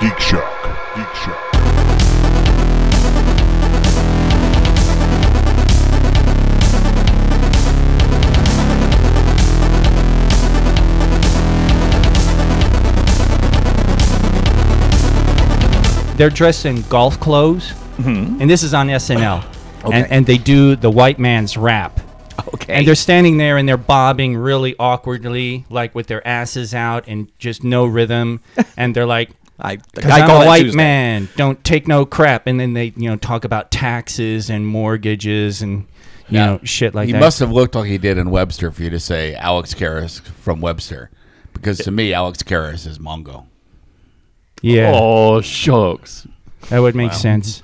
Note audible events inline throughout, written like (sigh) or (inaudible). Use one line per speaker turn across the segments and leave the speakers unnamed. Geek Shock. Geek Shock.
They're dressed in golf clothes, and this is on SNL.
Okay.
and, and they do the white man's rap.
Okay.
And they're standing there and they're bobbing really awkwardly, like with their asses out and just no rhythm. and they're like,
I-
"'Cause
I
I'm
call
a
that
white
Tuesday."
man, don't take no crap." And then they, you know, talk about taxes and mortgages and you
Yeah.
know shit like
he
that.
must have looked like he did in Webster for you to say Alex Karras from Webster, because to me Alex Karras is Mongo. (laughs)
yeah,
Oh, shucks.
that would make sense.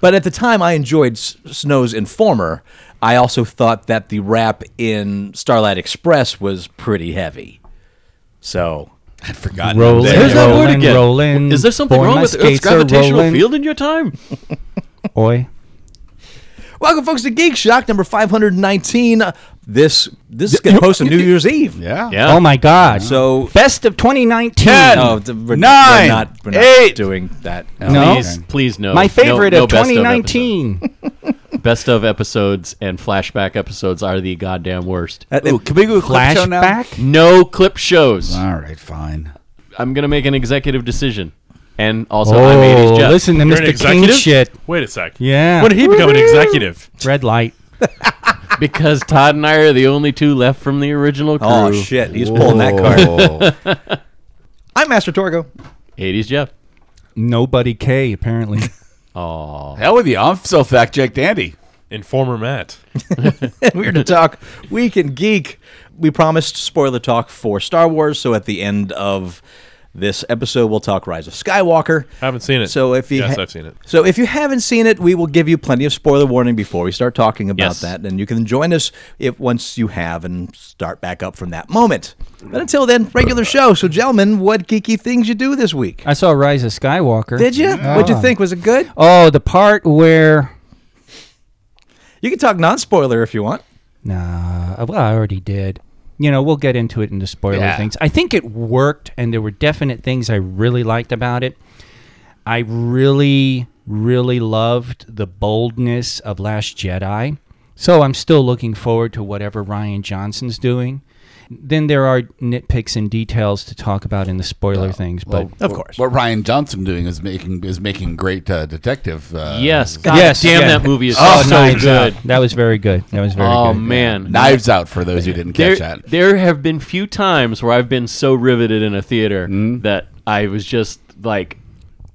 But at the time, I enjoyed S- Snow's Informer. I also thought that the rap in Starlight Express was pretty heavy. So
I'd forgotten.
Roll
him.
it.
There's that word
Rolling,
again.
rolling.
Is there something
Boy, my
wrong with Earth's
skates are
gravitational
rolling. Oh.
field in your time?
Oi,
Welcome, folks, to Geek Shock number 519. This this is going to post on New Year's Eve.
Yeah.
Yeah.
oh my god!
So-
best of 2019.
No, th- we're,
Nine,
we're not, we're not
eight.
doing that.
No.
Please, please no.
my
No-
favorite
no
of
best episode.
2019.
Best of episodes and flashback episodes are the goddamn worst.
Ooh, can we do a clip show now?
Flashback.
No clip shows.
All right, fine.
I'm gonna make an executive decision, and also I'm 80s Jeff.
Oh, listen to
You're an
Mr. King
executive?
shit.
Wait a sec.
Yeah.
When did he become an executive?
Red light.
(laughs) because Todd and I are the only two left from the original crew.
Oh, shit. He's pulling that
(laughs)
card.
Oh,
I'm Master Torgo.
80s Jeff.
Nobody K, apparently.
Oh,
hell with you. I'm so fact checked, Andy.
Informer Matt.
We're here to talk Week in Geek. We promised spoiler talk for Star Wars, so at the end of this episode, we'll talk Rise of Skywalker.
Haven't seen it.
So if you
yes,
ha-
I've seen it.
So if you haven't seen it, we will give you plenty of spoiler warning before we start talking about
Yes.
that, and you can join us if once you have and start back up from that moment. But until then, regular show. So, gentlemen, what geeky things you do this week?
(laughs) I saw Rise of Skywalker.
Did you? What'd you think? Was it good?
Oh, the part where.
You can talk non-spoiler if you want.
Nah, uh, well, I already did. You know, we'll get into it in the spoiler
Yeah.
things. I think it worked, and there were definite things I really liked about it. I really, really loved the boldness of Last Jedi. So I'm still looking forward to whatever Ryan Johnson's doing. Then there are nitpicks and details to talk about in the
Oh,
spoiler things, but
Of course.
What Ryan Johnson doing is making is making great uh, detective. Uh,
yes. God
Yes,
damn,
yeah.
that movie is
Oh,
so
Knives
good.
Out. That was very good. That was very
Oh
good.
man,
Knives Out for those who didn't
there,
catch that.
there have been few times where I've been so riveted in a theater
Mm-hmm.
that I was just like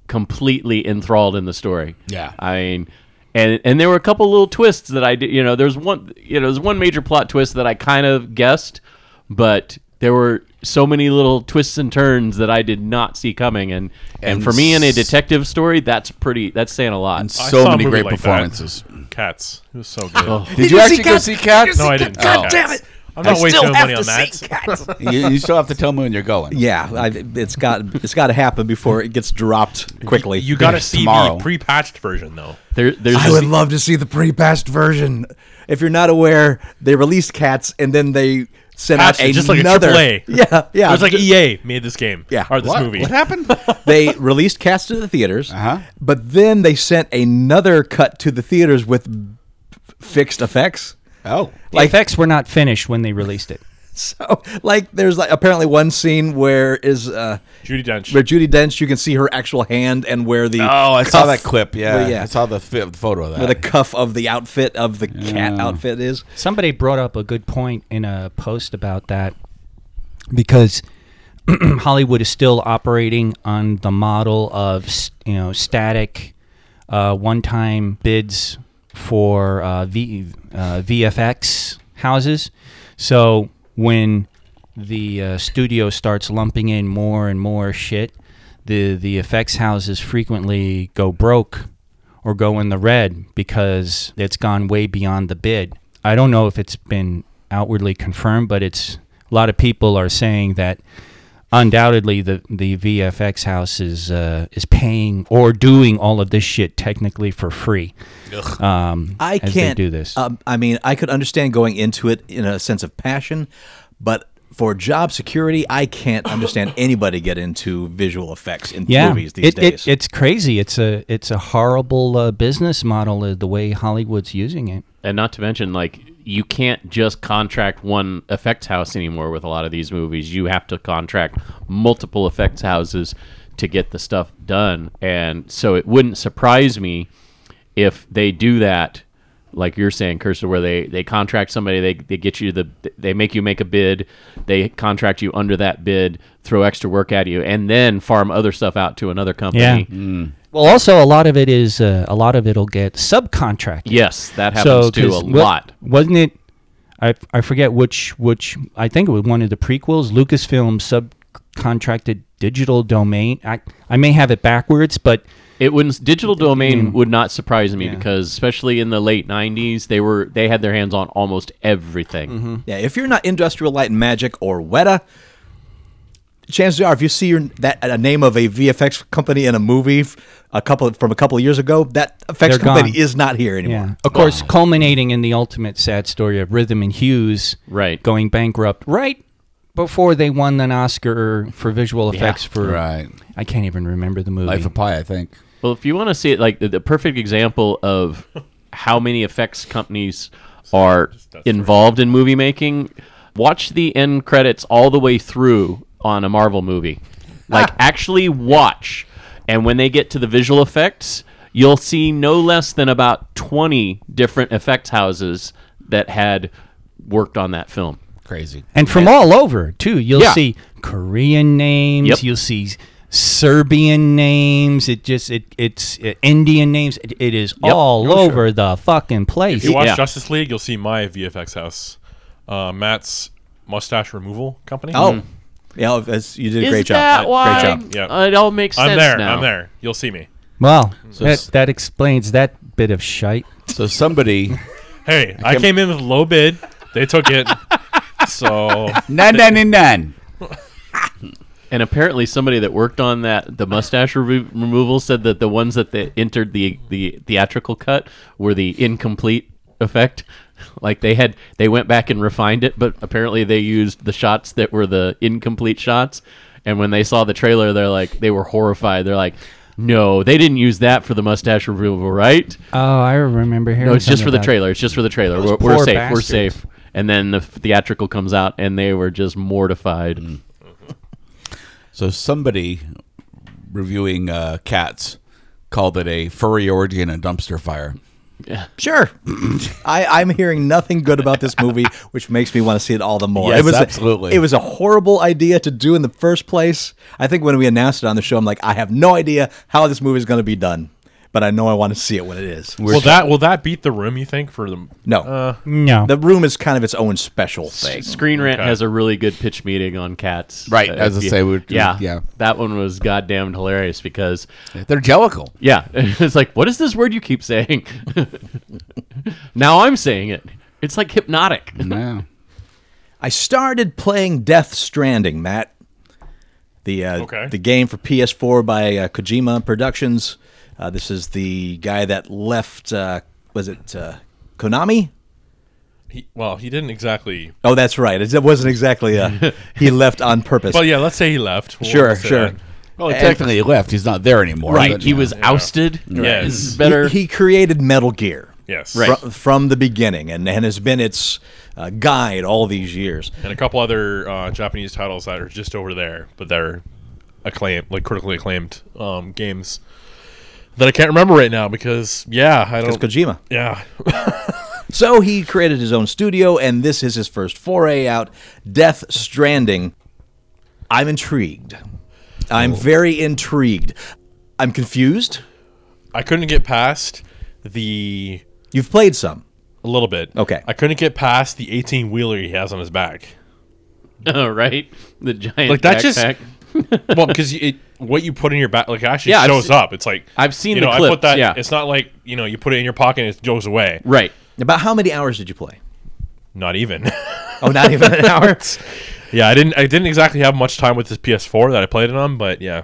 completely enthralled in the story.
Yeah.
I mean, and and there were a couple little twists that I did. You know, there's one. You know, there's one major plot twist that I kind of guessed, but there were so many little twists and turns that I did not see coming. And and,
And
for me in a
s-
detective story, that's pretty. That's saying a lot.
And
I
so
saw a
many
movie
great
like that.
performances.
Cats. It was so good.
Oh.
Did, you, actually go see
(laughs)
Cats?
no, I didn't. God damn it. I'm not wasting my money on that.
you, you still have to tell me when you're going.
Yeah, I, it's got it's got to happen before it gets dropped quickly. (laughs)
You got to see
Tomorrow.
the pre-patched version though.
There, there's
I
this-
would love to see the pre-patched version. If you're not aware, they released Cats and then they sent out
Patched it,
another.
just like a AAA.
(laughs) Yeah, yeah.
It was like
Ju-
EA made this game.
Yeah.
Or this
What?
movie.
What happened?
(laughs) they released Cats to the theaters,
Uh-huh.
but then they sent another cut to the theaters with f- fixed effects. (laughs)
oh.
The effects were not finished when they released it.
So, like, there's like apparently one scene where is uh,
Judy Dench.
where Judy Dench, you can see her actual hand and where the
Oh, I saw
cuff-
that clip. Yeah,
Well, yeah.
I saw the, fi- the photo of that.
where the cuff of the outfit of the cat
Yeah.
outfit is.
Somebody brought up a good point in a post about that because (clears throat) Hollywood is still operating on the model of s- you know static uh, one-time bids for uh, v, uh, VFX houses. So when the uh, studio starts lumping in more and more shit, the the effects houses frequently go broke or go in the red because it's gone way beyond the bid. I don't know if it's been outwardly confirmed, but it's a lot of people are saying that undoubtedly the the VFX house is uh, is paying or doing all of this shit technically for free. Um,
I
as
can't
they do this.
Um, I mean, I could understand going into it in a sense of passion, but for job security, I can't understand anybody get into visual effects in
yeah,
movies these
it,
days.
It, it's crazy. It's a it's a horrible uh, business model uh, the way Hollywood's using it.
And not to mention, like, you can't just contract one effects house anymore with a lot of these movies. You have to contract multiple effects houses to get the stuff done. And so it wouldn't surprise me if they do that, like you're saying, Cursor, where they, they contract somebody, they, they get you the, they make you make a bid, they contract you under that bid, throw extra work at you, and then farm other stuff out to another company.
Well, also a lot of it is uh, a lot of it'll get subcontracted.
Yes, that happens too a
'cause wa-
lot.
Wasn't it? I, I forget which which I think it was one of the prequels. Lucasfilm subcontracted Digital Domain. I I may have it backwards, but
It wouldn't. Digital domain would not surprise me because, especially in the late '90s, they were they had their hands on almost everything.
yeah, if you're not Industrial Light and Magic or Weta, chances are, if you see your, that a name of a VFX company in a movie f- a couple from a couple of years ago, that effects
They're
company
gone.
is not here anymore.
yeah, of course, culminating in the ultimate sad story of Rhythm and Hughes,
Right.
going bankrupt right before they won an Oscar for visual effects for
Right.
I can't even remember the movie.
Life of Pi, I think.
Well, if you want to see it, like the, the perfect example of how many effects companies are involved in movie making, watch the end credits all the way through on a Marvel (laughs) movie. Like, actually watch. And when they get to the visual effects, you'll see no less than about 20 different effects houses that had worked on that film.
Crazy.
and from all over too. You'll
Yeah.
see Korean names.
Yep.
You'll see Serbian names. It just it it's uh, Indian names. It, it is
Yep.
all
Oh,
over the fucking place.
If you watch
Yeah.
Justice League, you'll see my VFX house, uh, Matt's mustache removal company. Mm.
Oh, yeah, that's- you did a
Mm-hmm. Is
great
that
job.
why?
Great job.
Yeah.
It all makes
I'm
sense
there.
now.
I'm there. You'll see me.
Wow,
it's-
that that explains that bit of shite.
So somebody
Hey, I came in with low bid. They took it. so
nine nine nine nine.
And apparently, somebody that worked on that the mustache re- removal said that the ones that they entered the the theatrical cut were the incomplete effect. (laughs) Like they had, they went back and refined it, but apparently they used the shots that were the incomplete shots. And when they saw the trailer, they're like, they were horrified. They're like, no, they didn't use that for the mustache removal, right?
Oh, I remember hearing.
No, it's just for the
about it.
trailer. It's just for the trailer. We're, we're
poor
safe. We're
bastards.
safe. And then the theatrical comes out, and they were just mortified.
Mm. So somebody reviewing uh, cats called it a furry orgy and a dumpster fire.
Sure. (laughs) I, I'm hearing nothing good about this movie, which makes me want to see it all the more.
Yes,
it was a-
absolutely.
it was a horrible idea to do in the first place. I think when we announced it on the show, I'm like, I have no idea how this movie is going to be done, but I know I want to see it when it is.
will that will that beat the room? You think for the
No.
Uh.
No,
the room is kind of its own special thing.
Screen Rant has a really good pitch meeting on cats.
Right, as I
if you-
say, we-
yeah,
yeah.
That one was goddamn hilarious because,
They're jellical.
yeah, (laughs) it's like, what is this word you keep saying? (laughs) now I'm saying it. It's
(laughs)
like hypnotic.
Yeah.
I started playing Death Stranding, Matt. The uh,
Okay.
the game for PS4 by uh, Kojima Productions. Uh, this is the guy that left. Uh, was it uh, Konami?
he, well, he didn't exactly.
Oh, that's right. It wasn't exactly.
(laughs)
Uh, he left on purpose.
Well, yeah, let's say he left. We'll
sure,
say
sure.
that.
Well, technically he left. He's not there anymore.
Right,
but,
he
yeah.
was ousted.
Yes.
better.
He, he created Metal Gear
Yes.
Right.
fr- from the beginning, and, and has been its uh, guide all these years.
and a couple other uh, Japanese titles that are just over there, but they're acclaimed, like critically acclaimed um, games that I can't remember right now because yeah, I
It's
don't.
Kojima.
Yeah, (laughs)
So he created his own studio, and this is his first foray out Death Stranding. I'm intrigued. I'm very intrigued. I'm confused.
I couldn't get past the
You've played some.
a little bit.
Okay.
I couldn't get past the eighteen wheeler he has on his back.
(laughs) uh, right? The giant
Like, that just-
backpack.
well, because it what you put in your back like actually
Yeah, I've
shows
se-
up. It's like
I've seen
you
the
know I
clips,
put that.
yeah.
It's not like you know you put it in your pocket and it goes away.
Right.
About how many hours did you play?
Not even. (laughs)
Oh, not even an hour.
Yeah, I didn't. I didn't exactly have much time with this PS4 that I played it on, but yeah.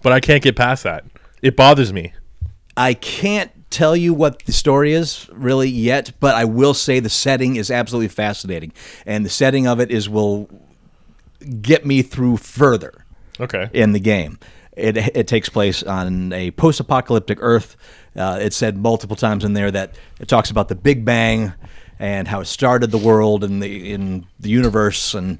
But I can't get past that. It bothers me.
I can't tell you what the story is really yet, but I will say the setting is absolutely fascinating, and the setting of it is will get me through further
Okay.
in the game. It, it takes place on a post apocalyptic Earth. Uh, it said multiple times in there that it talks about the Big Bang and how it started the world and the in the universe and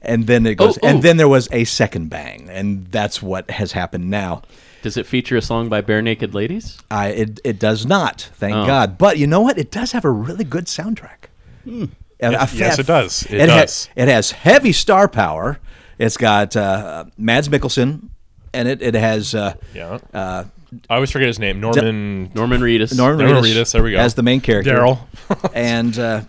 and then it goes
ooh.
and then there was a second bang and that's what has happened now.
Does it feature a song by Bare Naked Ladies?
I it, it does not, thank
Oh.
God. But you know what? It does have a really good soundtrack. And
Hmm. Yes-
I-
yes,
I-
it does. It
and ha-
does.
it has heavy star power. It's got uh, Mads Mikkelsen, and it it has uh,
Yeah.
uh,
I always forget his name. Norman.
Norman Reedus.
Norman
Norman
Reedus,
Reedus, there we go.
as the main character.
Daryl.
(laughs) and uh,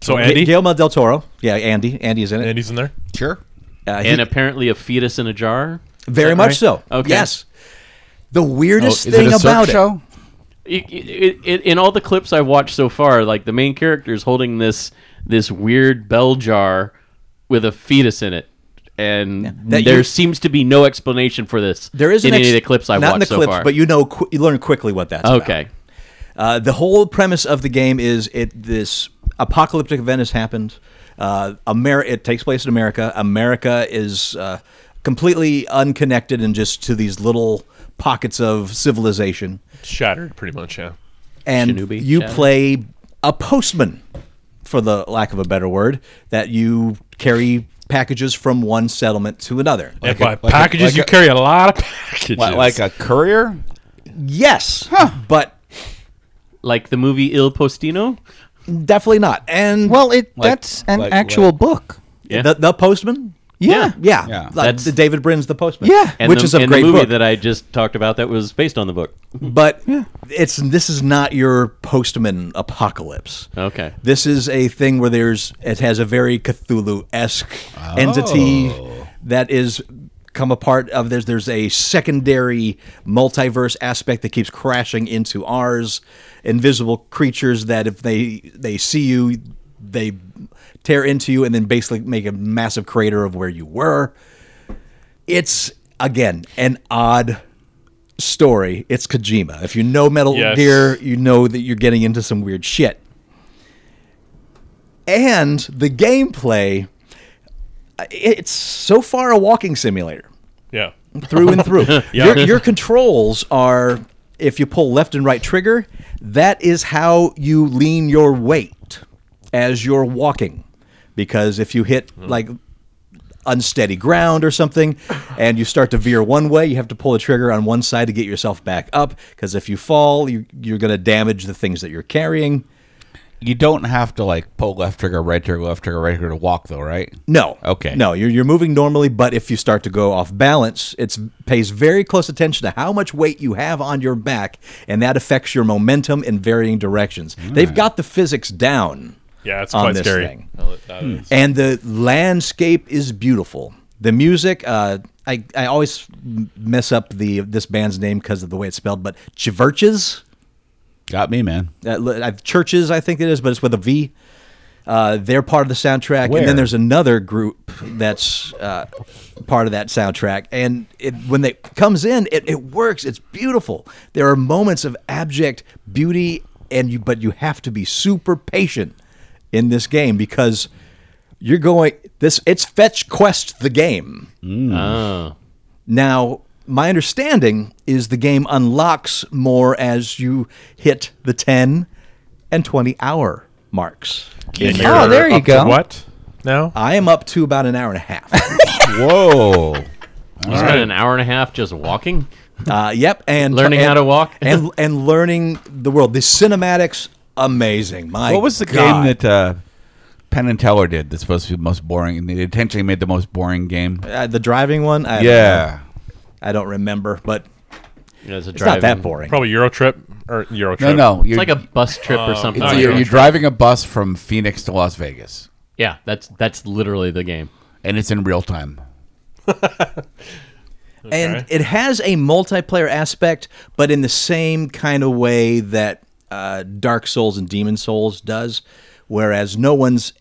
so
Andy?
Andy.
Guillermo del Toro. Yeah, Andy. Andy is in it.
Andy's in there.
Sure.
Uh, he-
and apparently a fetus in a jar.
very
Is that
much
right?
so.
Okay.
Yes. The
Oh,
weirdest
is
thing
it a
about
about show?
It- it- it- in all the clips I've watched so far, like the main character is holding this this weird bell jar with a fetus in it, and
That
there
you-
seems to be no explanation for this.
There is
in
an ex-
any of the clips I've
not
watched
in the
so
clips,
far.
but you know, qu- you learn quickly what that's about.
okay,
Uh, the whole premise of the game is it this apocalyptic event has happened. Uh, Amer- it takes place in America. America is uh, completely unconnected and just to these little pockets of civilization.
Shattered, pretty much. Yeah.
And
Shinobi,
you
yeah.
play a postman, for the lack of a better word, that you carry packages from one settlement to another.
and
a-
by
like a-
packages,
like
you
a-
carry a lot of packages.
Li- Like a courier?
Yes, but
like the movie Il Postino.
definitely not. And
Well, it
Like-
that's an
like-
actual
like-
book.
Yeah.
the, the postman.
Yeah.
Yeah,
Yeah.
like
That's-
the David Brin's The Postman.
Yeah.
and
which
the,
is a
and
great
the movie
book. Hmm.
that I just talked about that was based on the book.
but it's this is not your postman apocalypse.
Okay.
This is a thing where there's it has a very Cthulhu esque
Oh.
entity that is come apart of there's there's a secondary multiverse aspect that keeps crashing into ours invisible creatures that if they they see you they tear into you and then basically make a massive crater of where you were it's again an odd story it's kojima if you know metal
Yes.
gear you know that you're getting into some weird shit and the gameplay it's so far a walking simulator
yeah.
through and through your,
Yeah.
your controls are if you pull left and right trigger that is how you lean your weight as you're walking because if you hit like unsteady ground or something and you start to veer one way you have to pull the trigger on one side to get yourself back up because if you fall you, you're going to damage the things that you're carrying
You don't have to like pull left trigger, right trigger, left trigger, right trigger to walk though, right?
No.
Okay.
No, you're, you're moving normally, but if you start to go off balance, it pays very close attention to how much weight you have on your back, and that affects your momentum in varying directions. They've got the physics down.
Hmm. Yeah, it's
on
quite
this
scary.
thing.
No, that is-
And the landscape is beautiful. The music, uh, I, I always m- mess up the this band's name because of the way it's spelled, but Chiverches,
Got me, man.
uh, li- uh, Churches, I think it is, but it's with a V. Uh, they're part of the soundtrack, and
Where?
then there's another group that's uh, part of that soundtrack. And it, when they comes in, it, it works. It's beautiful. There are moments of abject beauty, and you but you have to be super patient in this game because you're going this. It's fetch quest the game.
Oh.
Now, my understanding is the game unlocks more as you hit the 10 and 20 hour marks.
And
Oh,
you're
there you
up to
go.
what? Now?
I am up to about an hour and a half.
(laughs)
Whoa.
You spent an hour and a half just walking.
uh, yep, and
Learning
and-
how to walk?
and and learning the world. The cinematics amazing. My
what was the
God.
game that uh, Penn and Teller did that's supposed to be the most boring and they intentionally made the most boring game?
uh, the driving one? I don't
yeah.
know. I don't remember, but
You know, it's a
it's not that
driving-
boring.
Probably Euro trip or Euro
No,
trip.
no.
It's
You're,
like a bus trip or something.
no,
like
you're,
that.
you're driving a bus from Phoenix to Las Vegas
Yeah, that's that's literally the game.
and it's in real time.
And it has a multiplayer aspect, but in the same kind of way that uh, Dark Souls and Demon Souls does, whereas no one's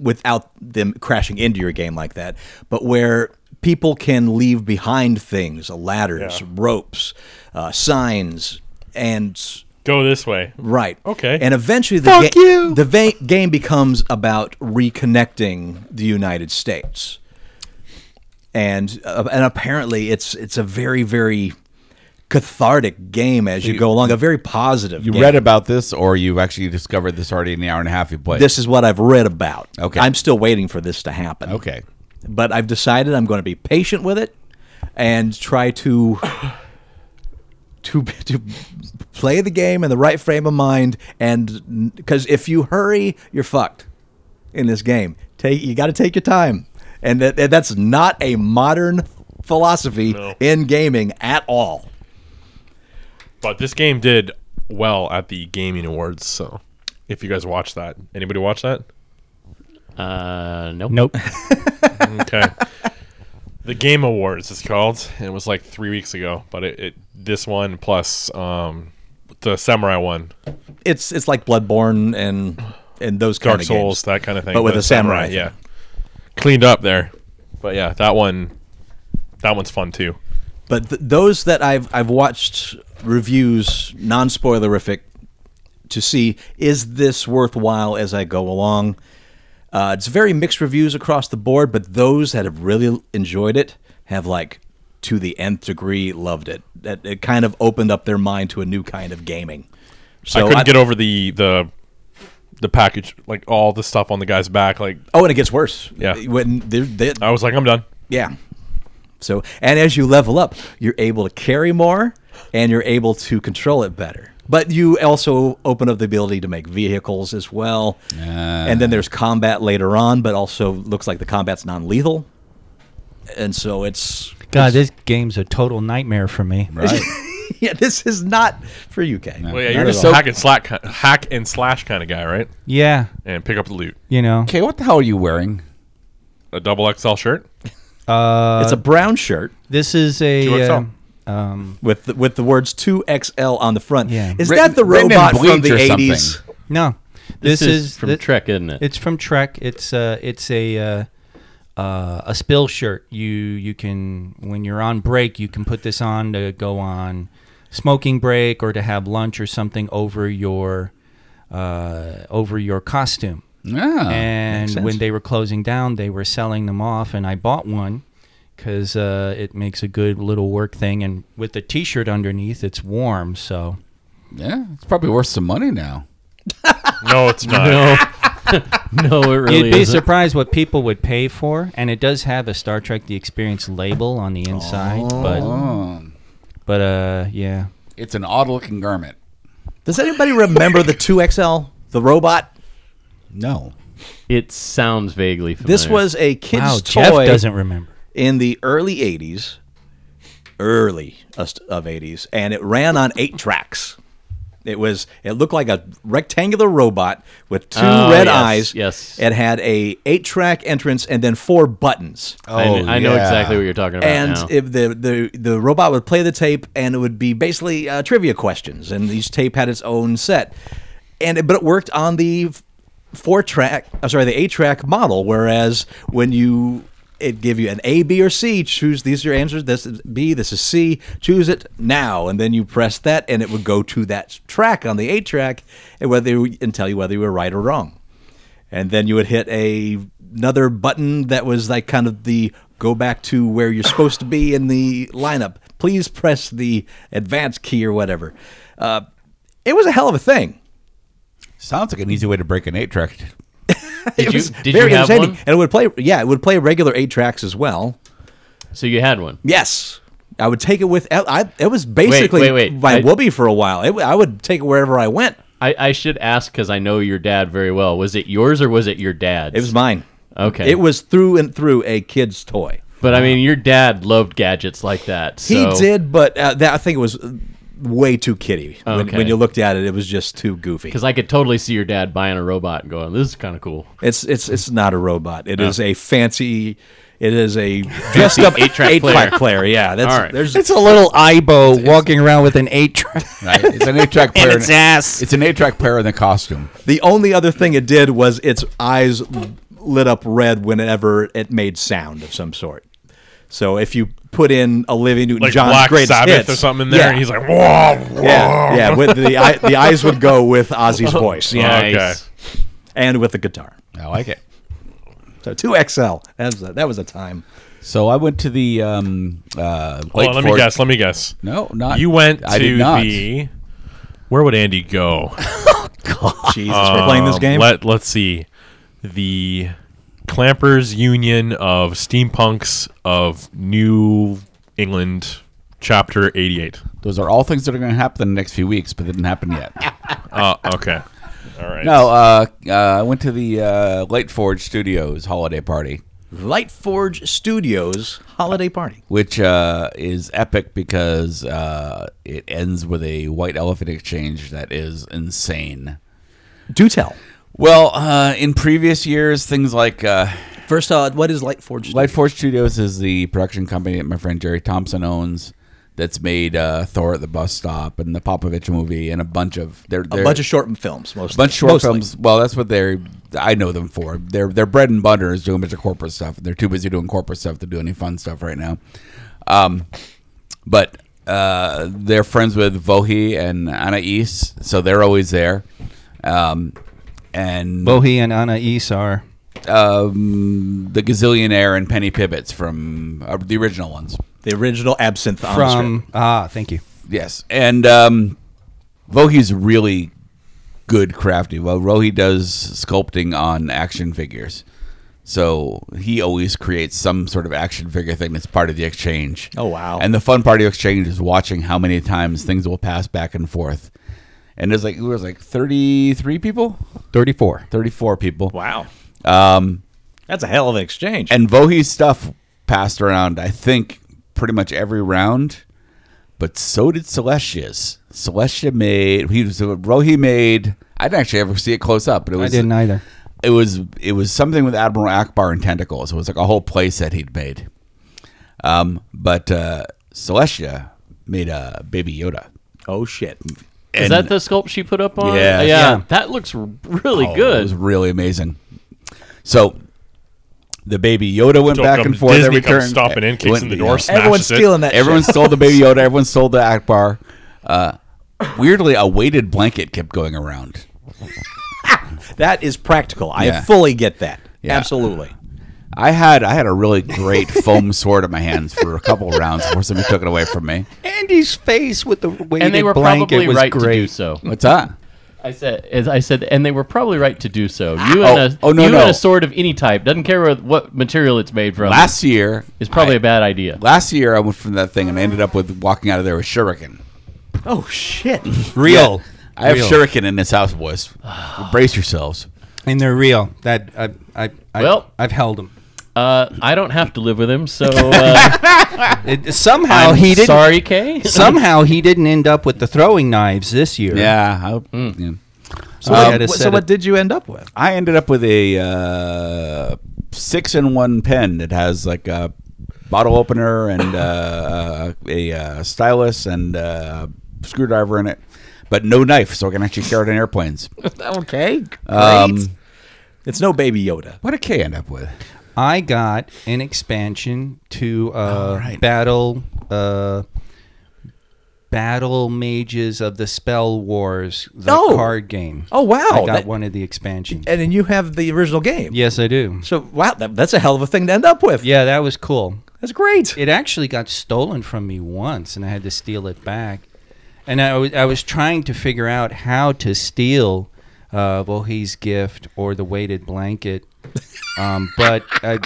without them crashing into your game like that, but where people can leave behind things, ladders, ropes, uh, signs, and
Go this way.
Right.
Okay.
And eventually, the,
Fuck
ga-
you.
the va- game becomes about reconnecting the United States, and uh, and apparently, it's it's a very very cathartic game as you, go along. A very positive.
You
game.
read about this, or you've actually discovered this already in the hour and a half you played.
This is what I've read about.
Okay.
I'm still waiting for this to happen.
okay.
But I've decided I'm going to be patient with it and try to to to play the game in the right frame of mind and cuz if you hurry, you're fucked in this game. Take you got to take your time. And that, and that's not a modern philosophy
No.
in gaming at all.
But this game did well at the Gaming Awards, so if you guys watch that, anybody watch that?
Uh, nope.
Nope.
(laughs)
Okay. the Game Awards is called, and it was like three weeks ago. But it, it this one plus um, the Samurai one,
It's it's like Bloodborne and and those kind
Dark
of
Souls,
games.
that kind of thing.
But with a samurai thing.
yeah. Cleaned up there, but yeah, that one, that one's fun too.
But th- those that I've I've watched reviews non spoilerific to see is this worthwhile as I go along. Uh, it's very mixed reviews across the board, but those that have really enjoyed it have like to the nth degree loved it. That it kind of opened up their mind to a new kind of gaming. So
I couldn't
I-
get over the the the package, like all the stuff on the guy's back. Like
oh, and it gets worse.
Yeah.
when they're, they
I was like, I'm done.
Yeah. So, and as you level up, you're able to carry more and you're able to control it better. But you also open up the ability to make vehicles as well. and then there's combat later on, but also looks like the combat's non lethal. And so it's.
(laughs) God, this game's a total nightmare for me.
Right.
(laughs) Yeah, this is not for you, Kay.
Well, yeah,
Not
you're
at
just
all.
a hack and slack, ki- hack and slash kind of guy, right?
Yeah,
And pick up the loot.
you know.
okay, what the hell are you wearing?
A double XL shirt.
it's a brown shirt
This is a.
2XL.
Uh, um,
with the, with the words 2XL on the front.
Yeah.
Is
Written-
that the
written in
robot from
bleach
the
or
80s?
something.
no,
This,
this,
is, from
thi-
Trek, isn't it? (laughs)
It's from Trek. It's uh, it's a uh, uh, a spill shirt. You you can when you're on break, you can put this on to go on smoking break or to have lunch or something over your uh, over your costume.
Yeah.
and
sense.
when they were closing down, they were selling them off, and I bought one because uh, it makes a good little work thing. And with the T-shirt underneath, it's warm. So
yeah, it's probably worth some money now.
No, it's not. (laughs)
(laughs) no, it really
you'd be
is.
surprised what people would pay for, and it does have a Star Trek: The Experience label on the inside.
Oh,
But but uh, yeah,
it's an odd-looking garment.
Does anybody remember the 2XL, the robot?
No.
It sounds vaguely familiar.
This was a kid's
wow, Jeff
toy
doesn't remember.
in the early 80s, early us- of 80s, and it ran on eight tracks. It was it looked like a rectangular robot with two
Oh,
red
yes,
eyes.
yes.
It had a eight track entrance and then four buttons.
I, kn- I know
Oh, yeah.
exactly what you're talking about
and
now.
if the, the the robot would play the tape and it would be basically uh, trivia questions and each tape had its own set and it, but it worked on the four track i'm sorry the eight track model whereas when you it give you an a b or c choose these are your answers this is b this is c choose it now and then you press that and it would go to that track on the eight track and whether you- and tell you whether you were right or wrong and then you would hit a another button that was like kind of the go back to where you're supposed to be in the lineup. Please press the advance key or whatever. Uh, it was a hell of a thing.
Sounds like an easy way to break an eight-track.
did
it
you,
was
did you have one?
and it would play. Yeah, it would play regular eight tracks as well.
So you had one.
Yes, I would take it with. I, it was basically
wait, wait.
my
I-
whoopee for a while. It, I would take it wherever I went.
I, I should ask because I know your dad very well. Was it yours or was it your dad's?
It was mine.
Okay.
It was through and through a kid's toy.
But I mean, your dad loved gadgets like that. So
He did, but uh, that, I think it was uh, way too kiddie. When,
Okay.
when you looked at it, it was just too goofy.
because I could totally see your dad buying a robot and going, "This is kind of cool."
It's it's it's not a robot. It
Oh.
is a fancy. It is
(laughs)
a dressed up
eight-track
eight-track player. Yeah, that's
All right.
there's
It's a little Ibo walking around with an eight track.
Right? It's an eight-track player. in-
ass.
It's an eight-track player in the costume.
the only other thing it did was its eyes lit up red whenever it made sound of some sort. So if you put in Olivia Newton
like
John's
Black
greatest
Sabbath
hits,
or something in there,
yeah,
and he's like, whoa, Oh,
yeah, yeah. With the eye, the eyes would go with
(laughs)
Ozzy's voice, yeah,
Nice.
okay.
and with the guitar.
I like it.
So two XL. That was a, that was a time.
So I went to the um uh
Hold on, let me
Lakeford-
guess. Let me guess.
No, not
You went
I
to
did not.
the. Where would Andy go?
Jesus, we're playing this
Um,
game.
Let Let's see. The Clampers Union of Steampunks of New England, Chapter 88.
Those are all things that are going to happen in the next few weeks, but they didn't happen yet.
Uh, okay. All right.
no, uh, uh, I went to the uh, Light Forge Studios holiday party,
Lightforge Studios holiday party.
which uh, is epic because uh, it ends with a white elephant exchange that is insane.
Do tell.
Well, uh, in previous years, things like uh,
First, uh, what is Lightforge? Studios?
Lightforge Studios is the production company that my friend Jerry Thompson owns. That's made uh, Thor at the bus stop and the Popovich movie and a bunch of they're,
a
they're-
bunch of short films, mostly.
bunch of short
Mostly.
films. Well, that's what they're. I know them for. Their their bread and butter is doing a bunch of corporate stuff. They're too busy doing corporate stuff to do any fun stuff right now. Um, but uh, they're friends with Vohi and Anais, so they're always there. Um, and
Bohi and Anna Is are
um, the gazillionaire and Penny Pivots from uh, the original ones.
The original absinthe on the strip.
from. Ah, thank you.
Yes, and um, Vohi's really good crafty. Well, Rohi does sculpting on action figures, so he always creates some sort of action figure thing that's part of the exchange.
Oh, wow.
And the fun part of the exchange is watching how many times things will pass back and forth. And there's like there was like 33 people,
34.
34 people.
Wow,
Um,
that's a hell of an exchange.
and Vohi's stuff passed around, I think, pretty much every round. But so did Celestia's. Celestia made he was Rohi made. I didn't actually ever see it close up, but it
I
was
didn't either.
It was it was something with Admiral Akbar and tentacles. It was like a whole play set he'd made. Um, but uh, Celestia made a baby Yoda.
oh shit,
Is
And-
that the sculpt she put up on?
Yeah.
yeah.
Yeah.
That looks r- really
Oh, It was
good.
really amazing. So the baby Yoda went
Till
back and
comes
forth
Disney
every
comes
turn.
stomping in,
It
kicks
went-
in the
yeah.
door, smashes
everyone's
it.
stealing that.
(laughs) Everyone
shit.
stole the baby Yoda. Everyone stole the Akbar. Uh, weirdly, a weighted blanket kept going around.
that is practical. I
Yeah.
fully get that.
Yeah.
Absolutely.
I had I had a
(laughs)
really great foam sword in my hands for a couple rounds before somebody took it away from me.
Andy's face with the weighted
And they were
blanket
probably
was
right
great.
to do so.
What's that?
I said, as I said, and they were probably right to do so. You and
Oh,
a
oh, no,
you
no.
and a sword of any type doesn't care what, what material it's made from.
Last year
is probably
I-
a bad idea.
last year I went from that thing and I ended up with walking out of there with shuriken.
Oh
(laughs)
shit.
Real.
I have
Real.
shuriken in this house, boys. Brace yourselves.
And they're real. That I, I, I,
Well-
I've held them.
Uh, I don't have to live with
(laughs)
him, so uh,
It, somehow
I'm
Oh, he didn't.
sorry, Kay.
Somehow he didn't end up with the throwing knives this year.
Yeah. I, yeah.
So,
What-
I had a set
what- Um, so
of-
what did you end up with?
I ended up with a uh, six in one pen that has like a bottle opener and uh, a, uh stylus and uh screwdriver in it, but no knife, so I can actually carry it on airplanes.
Okay. Great.
Um,
it's no baby Yoda.
What did Kay end up with?
I got an expansion to uh,
right.
battle uh, battle mages of the Spell Wars, the
Oh.
card game.
Oh, wow.
I got
That-
one of the expansions.
And then you have the original game.
yes, I do.
So wow, that, that's a hell of a thing to end up with.
Yeah, that was cool.
That's great.
It actually got stolen from me once, and I had to steal it back. And I was I was trying to figure out how to steal uh, Vohi's gift or the weighted blanket, um, but I,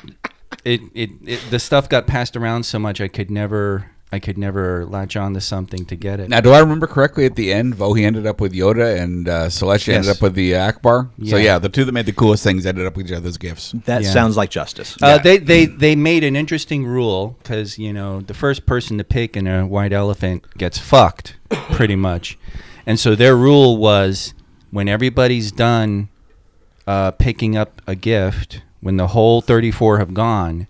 it, it it the stuff got passed around so much I could never I could never latch on to something to get it.
Now, do I remember correctly? At the end, Vohi ended up with Yoda, and uh, Celestia ended
Yes.
up with the uh, Akbar. So
Yeah.
yeah, the two that made the coolest things ended up with each other's gifts.
that
Yeah.
sounds like justice.
Uh, they, they they made an interesting rule because you know the first person to pick in a white elephant gets fucked, pretty much, and so their rule was when everybody's done uh, picking up a gift, when the whole thirty-four have gone,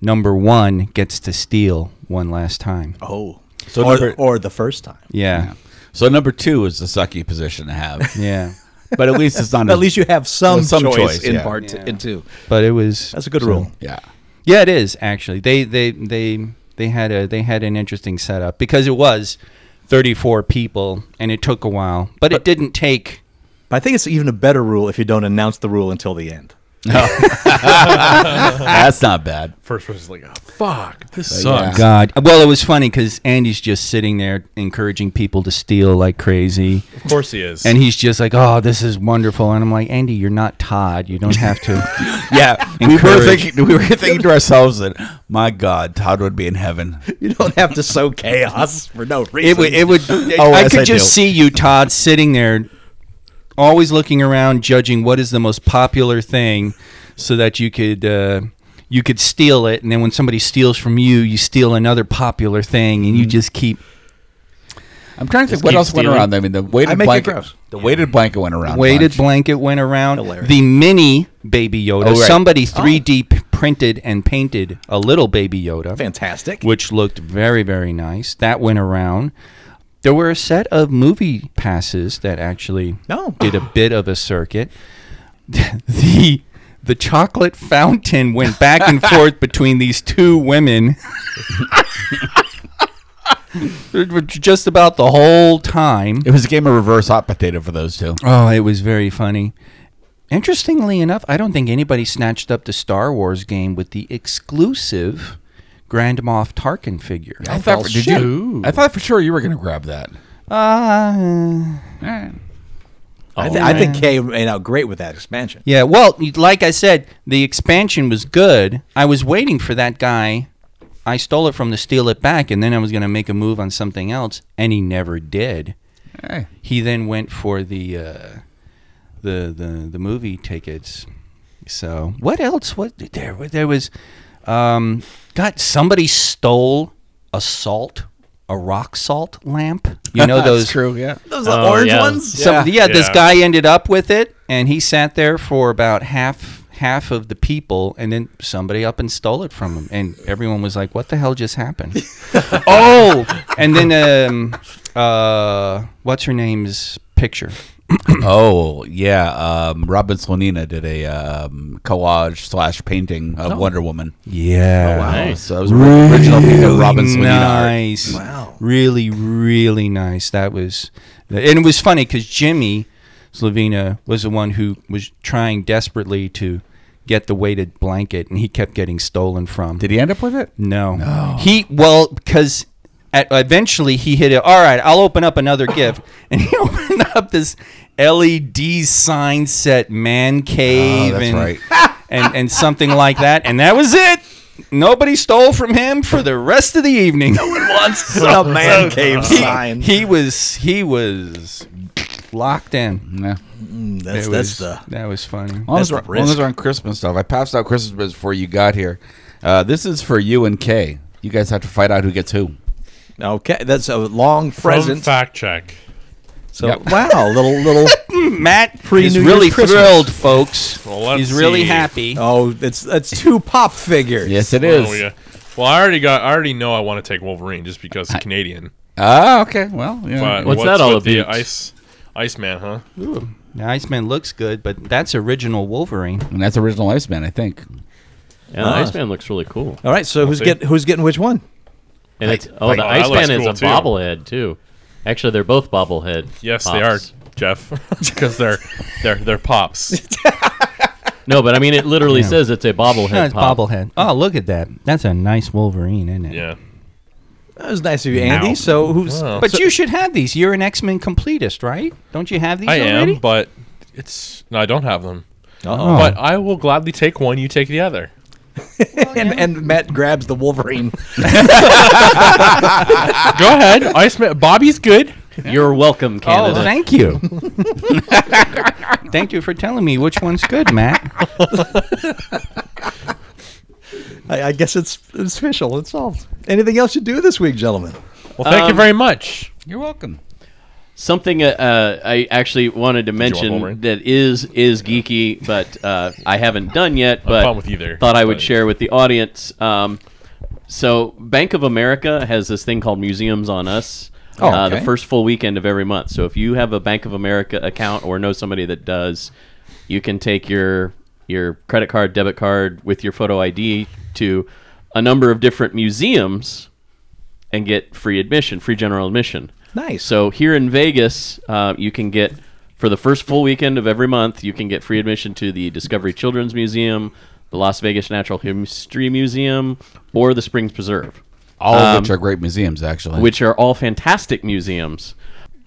number one gets to steal one last time.
oh.
So
or,
number-
or the first time.
Hmm. Yeah,
So number two is the sucky position to have,
yeah,
but at
(laughs)
least it's not.
But at
as-
least you have some,
Some
choice,
choice,
in
yeah.
part
Yeah.
in two.
but it was
That's a good
so-
rule.
yeah.
Yeah, it is actually. They they they they had a they had an interesting setup because it was 34 people and it took a while, but, it didn't take.
But I think it's even a better rule if you don't announce the rule until the end.
That's not bad.
First person's like, oh, fuck, this
yeah.
sucks.
God, well, it was funny because Andy's just sitting there encouraging people to steal like crazy,
Of course he is.
and he's just like, "Oh, this is wonderful," and I'm like, "Andy, you're not Todd. You don't have (laughs) to."
Yeah, (laughs) we were
Encourage.
thinking we were thinking to ourselves that my God, Todd would be in heaven.
You don't have to sow chaos for no reason.
it would. It would.
Oh,
I
yes,
could
I
just
do.
see you, Todd, sitting there, always looking around, judging what is the most popular thing, so that you could uh, you could steal it, and then when somebody steals from you, you steal another popular thing,
Mm-hmm.
and you just keep.
(laughs) I'm trying to think
Just
what
keep
else
stealing.
went around. I mean, the weighted
I make it
blanket,
gross.
the weighted blanket went around. a
Weighted
bunch.
blanket went around.
Hilarious.
The mini Baby Yoda.
Oh, right.
Somebody 3D p- printed and painted a little Baby Yoda.
fantastic.
which looked very very nice. That went around. There were a set of movie passes that actually
No.
did a bit of a circuit. (laughs) the The chocolate fountain went back and forth between these two women. just about the whole time.
It was a game of reverse hot potato for those two.
Oh, it was very funny. Interestingly enough, I don't think anybody snatched up the Star Wars game with the exclusive Grand Moff Tarkin figure.
I thought, for, did you, I thought for sure you were going to grab that.
Uh,
I, th- I think Kay made out great with that expansion.
yeah. Well, like I said, the expansion was good. I was waiting for that guy. I stole it from to steal it back, and then I was going to make a move on something else, and he never did.
Hey.
He then went for the uh, the the the movie tickets. So what else? What there? There was. Um, God, somebody stole a salt, a rock salt lamp. You know
(laughs) That's
those
true. (clears throat) Yeah.
Those are
Oh,
orange
yeah.
ones? (laughs)
So yeah, this
Yeah.
guy ended up with it, and he sat there for about half half of the people, and then somebody up and stole it from him, and everyone was like, "What the hell just happened?" (laughs) oh, and then um, uh, what's her name's picture?
Oh yeah. Um, Robin Slonina did a um, collage slash painting of Wonder Woman. Oh,
Yeah,
Nice.
So that was really original piece of Robin Slonina art.
nice. Wow. Really, really nice. That was, and it was funny because Jimmy Slavina was the one who was trying desperately to get the weighted blanket, and he kept getting stolen from.
Did he end up with it?
No. He well because at, eventually he hit it. All right, I'll open up another gift, (laughs) and he opened up this LED sign set man cave.
that's
and,
right.
(laughs) and and something like that, and that was it. Nobody stole from him for the rest of the evening.
Once a man cave
(laughs) He-
sign.
He, was he was locked in.
Yeah.
that's,
It
that's
was-
the.
that was funny.
Long
That's
as,
the
we're, long as
risk.
we're on Christmas stuff, I passed out Christmas presents before you got here. Uh, this is for you and Kay. You guys have to fight out who gets who.
Okay, that's a long
Present
present.
fact check.
So
Yep.
wow, little little.
Mm, Matt is
New Year's
really
Christmas.
thrilled, folks.
Well, let's
He's really
see.
happy.
Oh, it's that's two pop figures.
Yes, it
Well, we
is.
got- well, I already got. I already know I want to take Wolverine just because he's Canadian.
Ah, okay. Well, yeah.
Mm.
But
What's that all
with the
about?
ice, Iceman, huh?
The Iceman looks good, but that's original Wolverine.
and that's original Iceman, I think.
(laughs) Yeah, the
Ah.
Iceman looks really cool.
All right, so who's
see.
get who's getting which one?
And it's oh,
like-
the
Oh, that looks
Iceman is
cool,
a
too.
bobblehead too. Actually, they're both bobblehead.
Yes, they are,
pops.
Jeff, (laughs) because they're they're they're
(laughs)
pops.
No, but I mean, it literally says it's a bobblehead.
No, it's
pop.
bobblehead. Oh, look at that. That's a nice Wolverine, isn't it?
Yeah.
That was nice of you, Andy.
Ow.
So who's?
Wow.
But you should have these. You're an X Men completist, right? Don't you have these
I
already?
am, but it's no, I don't have them.
Uh-oh.
But I will gladly take one. You take the other.
(laughs) and, and Matt grabs the Wolverine.
Go ahead, Iceman. Bobby's good.
You're welcome,
Oh,
Canada.
thank you. thank you for telling me which one's good, Matt.
I, I guess it's it's official. It's solved. Anything else you do this week, gentlemen?
Well, thank
Um,
you very much.
You're welcome.
Something uh, uh, I actually wanted to mention
Wolverine?
that is is geeky, but uh, I haven't done yet. But
fine with either,
thought I would
but-
share with the audience. Um, so Bank of America has this thing called Museums on Us.
Oh,
uh, the
okay.
first full weekend of every month. So if you have a Bank of America account or know somebody that does, you can take your your credit card, debit card with your photo ID to a number of different museums and get free admission, free general admission.
Nice.
So here in Vegas, uh, you can get for the first full weekend of every month, you can get free admission to the Discovery Children's Museum, the Las Vegas Natural History Museum, or the Springs Preserve,
All of which are great museums, actually.
Um, which are all fantastic museums.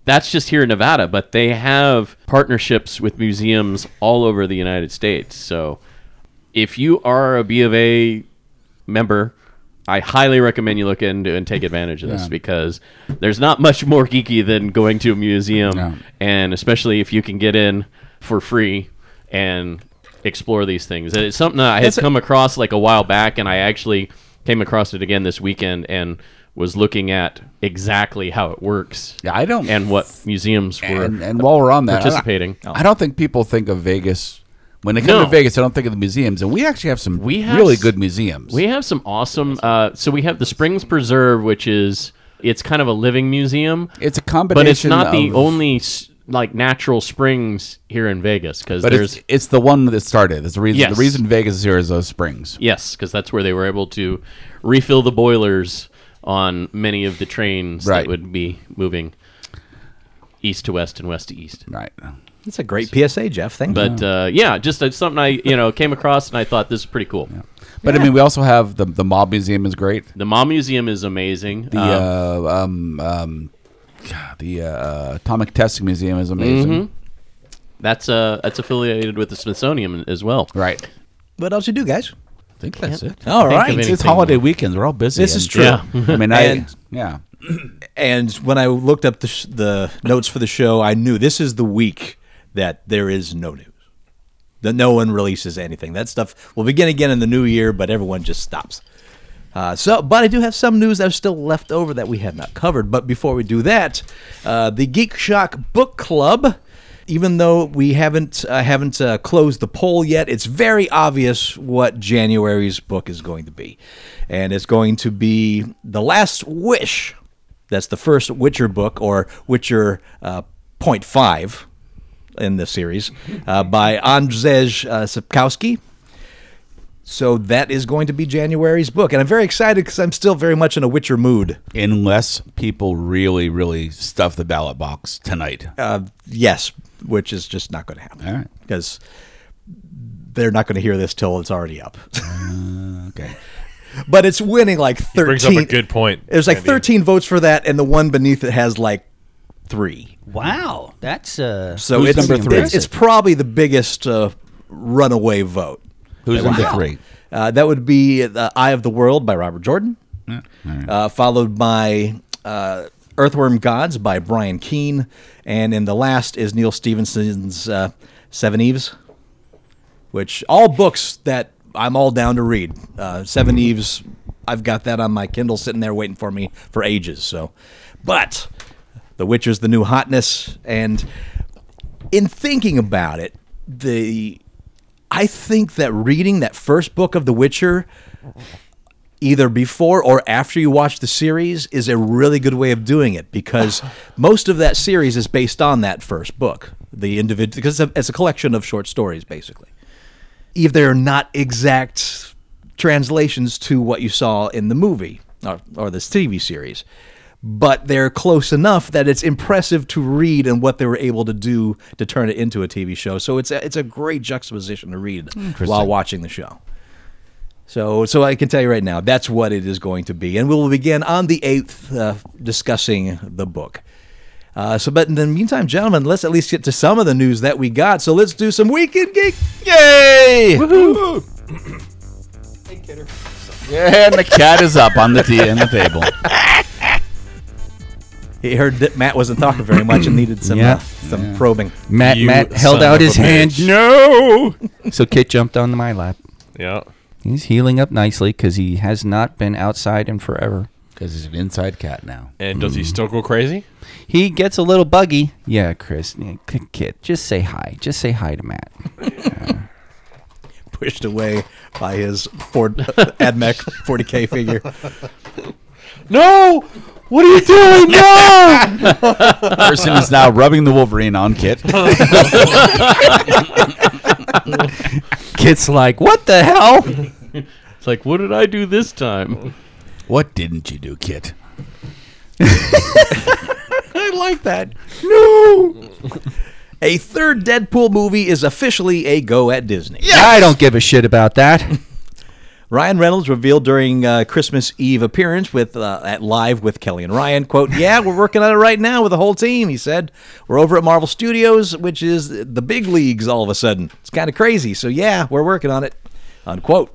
That's just here in Nevada, but they have partnerships with museums all over the United States. So if you are a B of A member, I highly recommend you look into and take advantage of this because there's not much more geeky than going to a museum,
No.
and especially if you can get in for free and explore these things. And It's something that I had come across like a while back, and I actually came across it again this weekend and was looking at exactly how it works
Yeah, I don't
and what museums were
and, and while we're on that, I don't-
participating.
I don't, think people think of Vegas when they come
No.
to Vegas. I don't think of the museums, and we actually have some
We have
really
s-
good museums.
We have some awesome. Uh, so we have the Springs Preserve, which is it's kind of a living museum.
It's a
but it's
combination
not the
of-
only s- like natural springs here in Vegas because
but
there's
it's, it's the one that started. It's the reason.
Yes.
The reason Vegas is here is those springs.
yes because that's where they were able to refill the boilers on many of the trains
Right.
that would be moving east to west and west to east.
Right.
That's a great PSA, Jeff. Thank you.
But uh, yeah, just it's something I you know came across and I thought this is pretty cool.
But I mean, we also have the the mob museum is great.
The Ma Museum is amazing.
The uh, um, um, God, the uh, atomic testing museum is amazing.
Mm-hmm.
that's uh, that's affiliated with the Smithsonian as well.
Right.
What else you do, guys?
I think that's it.
All
think of
right.
any-
It's
Anything.
holiday weekends. We're all busy.
This
and-
is true.
Yeah.
I mean, I
And-
yeah.
And when I looked up the, sh- the notes for the show, I knew this is the week that there is no news. That no one releases anything. That stuff will begin again in the new year, but everyone just stops. Uh, so, but I do have some news that's still left over that we have not covered. But before we do that, uh, the Geek Shock Book Club. Even though we haven't uh, haven't uh, closed the poll yet, it's very obvious what January's book is going to be, and it's going to be the Last Wish. That's the first Witcher book or Witcher uh, 0.5 in this series uh, by Andrzej uh, Sapkowski. So that is going to be January's book, and I'm very excited because I'm still very much in a Witcher mood.
Unless people really, really stuff the ballot box tonight.
Uh, yes, which is just not going to happen
All right.
because they're not going to hear this till it's already up. (laughs)
Okay.
but it's winning like 13.
brings up a good point,
It was like
Andy.
13 votes for that, and the one beneath it has like three.
Wow, that's uh,
So
Who's
it's
number three?
It's, it's probably the biggest uh, runaway vote.
Who's number three?
Uh, that would be the Eye of the World by Robert Jordan, uh, followed by uh, Earthworm Gods by Brian Keene, and in the last is Neil Stevenson's uh, Seven Eves, which all books that I'm all down to read. Uh, Seven
Mm-hmm.
Eves, I've got that on my Kindle sitting there waiting for me for ages. So, but The Witcher's the new hotness, and in thinking about it, the I think that reading that first book of The Witcher, either before or after you watch the series, is a really good way of doing it because most of that series is based on that first book. The individual, because it's a, it's a collection of short stories, basically. If they're not exact translations to what you saw in the movie or, or this TV series, but they're close enough that it's impressive to read and what they were able to do to turn it into a TV show. So it's a, it's a great juxtaposition to read while watching the show. So, so I can tell you right now, that's what it is going to be, and we will begin on the eighth uh, discussing the book. Uh, so, but in the meantime, gentlemen, let's at least get to some of the news that we got. So let's do some weekend geek. Yay!
And the cat is up on the t- in
(laughs)
the table.
He heard that Matt wasn't talking very much and needed some
Yeah.
uh, some probing.
Matt.
You
Matt held
son
out
of a
his hand.
bitch.
No. so Kit jumped onto my lap.
Yeah.
He's healing up nicely because he has not been outside in forever.
Because he's an inside cat now.
And does he
Hmm.
still go crazy?
He gets a little buggy. Yeah, Chris, yeah, K- Kit, just say hi. Just say hi to Matt.
pushed away by (laughs) his Ford AdMech 40K figure.
No!
What are you doing? No!
Person is now rubbing the Wolverine on Kit.
Kit's like, what the hell?
it's like, what did I do this time?
what didn't you do, Kit?
I like that. No. a third Deadpool movie is officially a go at Disney.
I don't give a shit about that.
Ryan Reynolds revealed during uh, Christmas Eve appearance with uh, at live with Kelly and Ryan. "Quote: Yeah, we're working on it right now with the whole team." He said, "We're over at Marvel Studios, which is the big leagues. All of a sudden, it's kind of crazy. So yeah, we're working on it." Unquote.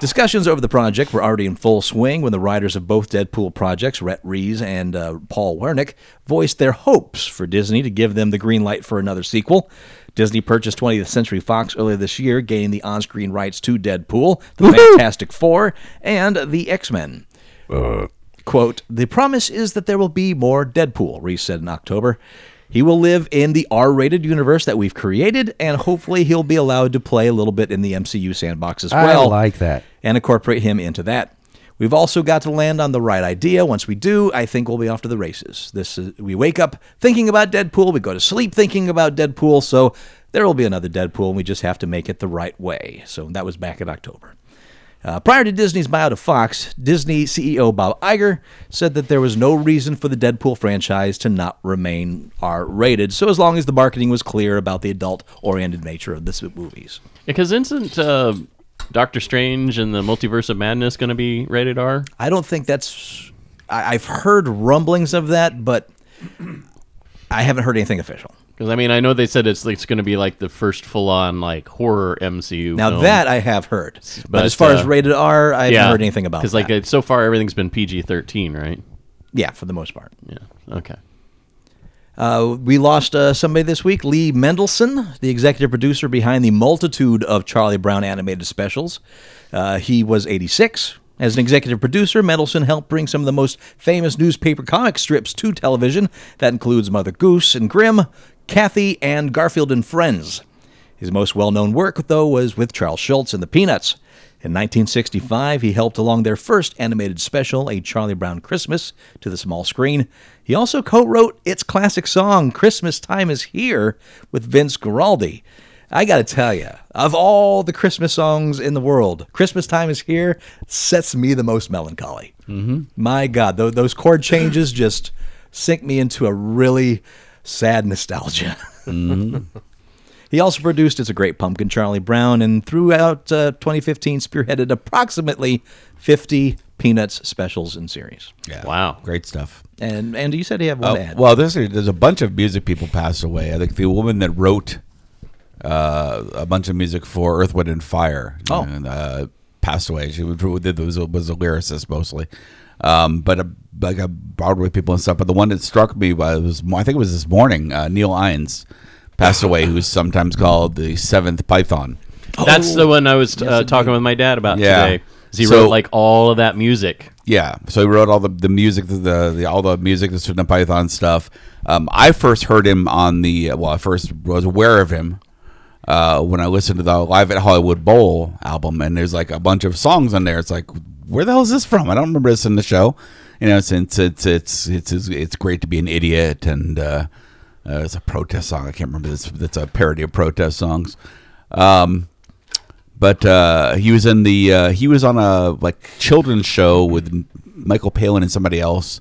Discussions over the project were already in full swing when the writers of both Deadpool projects, Rhett Rees and uh, Paul Wernick, voiced their hopes for Disney to give them the green light for another sequel. Disney purchased 20th Century Fox earlier this year, gaining the on screen rights to Deadpool, the Fantastic Four, and the X Men.
Uh.
Quote, the promise is that there will be more Deadpool, Reese said in October. He will live in the R rated universe that we've created, and hopefully he'll be allowed to play a little bit in the MCU sandbox as
I
well.
like that.
And incorporate him into that. We've also got to land on the right idea. Once we do, I think we'll be off to the races. This is, we wake up thinking about Deadpool, we go to sleep thinking about Deadpool, so there will be another Deadpool, and we just have to make it the right way. So that was back in October. Uh, prior to Disney's buyout of Fox, Disney CEO Bob Iger said that there was no reason for the Deadpool franchise to not remain R rated, so as long as the marketing was clear about the adult oriented nature of this movies.
(laughs) Because isn't uh, Doctor Strange and the Multiverse of Madness going to be rated R?
I don't think that's. I, I've heard rumblings of that, but I haven't heard anything official.
Because I mean, I know they said it's it's going to be like the first full on like horror MCU.
Now
film.
that I have heard, but,
But,
as far as
uh,
rated R, I haven't heard anything about.
Because like
that.
uh, so far everything's been PG thirteen, right?
yeah, for the most part.
Yeah. Okay.
Uh, we lost uh, somebody this week, Lee Mendelson, the executive producer behind the multitude of Charlie Brown animated specials. Uh, he was 86. As an executive producer, Mendelson helped bring some of the most famous newspaper comic strips to television. That includes Mother Goose and Grimm, Kathy, and Garfield and Friends. His most well known work, though, was with Charles Schultz and the Peanuts. In 1965, he helped along their first animated special, A Charlie Brown Christmas, to the small screen. He also co wrote its classic song, Christmas Time Is Here, with Vince Guaraldi. I gotta tell you, of all the Christmas songs in the world, Christmas Time Is Here sets me the most melancholy. Mm-hmm. My God, tho- those chord changes just sink me into a really sad nostalgia. (laughs) He also produced It's a Great Pumpkin, Charlie Brown, and throughout uh, 2015 spearheaded approximately 50 Peanuts specials and series.
Yeah.
Wow.
Great stuff.
And Andy, you said you have one to
Uh,
add.
well, there's a, there's a bunch of music people passed away. I think the woman that wrote uh, a bunch of music for Earth, Wind, and Fire
Oh.
and, uh, passed away. She was, was, a- was a lyricist mostly, um, but a, like a Broadway people and stuff. But the one that struck me was I think it was this morning. Uh, Neil Irons passed away, who's sometimes called the Seventh Python.
That's the one I was uh, talking with my dad about
Oh. Yeah.
today. 'Cause He
So-
wrote like all of that music.
Yeah, so he wrote all the, the music, the, the, all the music, the Sweden Python stuff. Um, I first heard him on the well, I first was aware of him uh, when I listened to the Live at Hollywood Bowl album, and there's like a bunch of songs on there. It's like, where the hell is this from? I don't remember this in the show. You know, since it's it's it's it's, it's great to be an idiot, and uh, uh, it's a protest song. I can't remember this. That's a parody of protest songs. Um, but uh, he was in the uh, he was on a like children's show with Michael Palin and somebody else,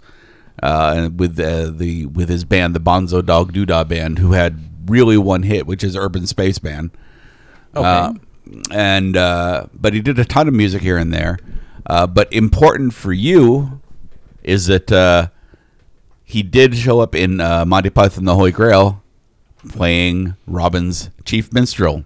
uh, and with uh, the with his band, the Bonzo Dog Doodah Band, who had really one hit, which is Urban Space Band. Okay. Uh,
uh,
and uh, but he did a ton of music here and there. Uh, but important for you is that uh, he did show up in uh, Monty Python and the Holy Grail playing Robin's chief minstrel.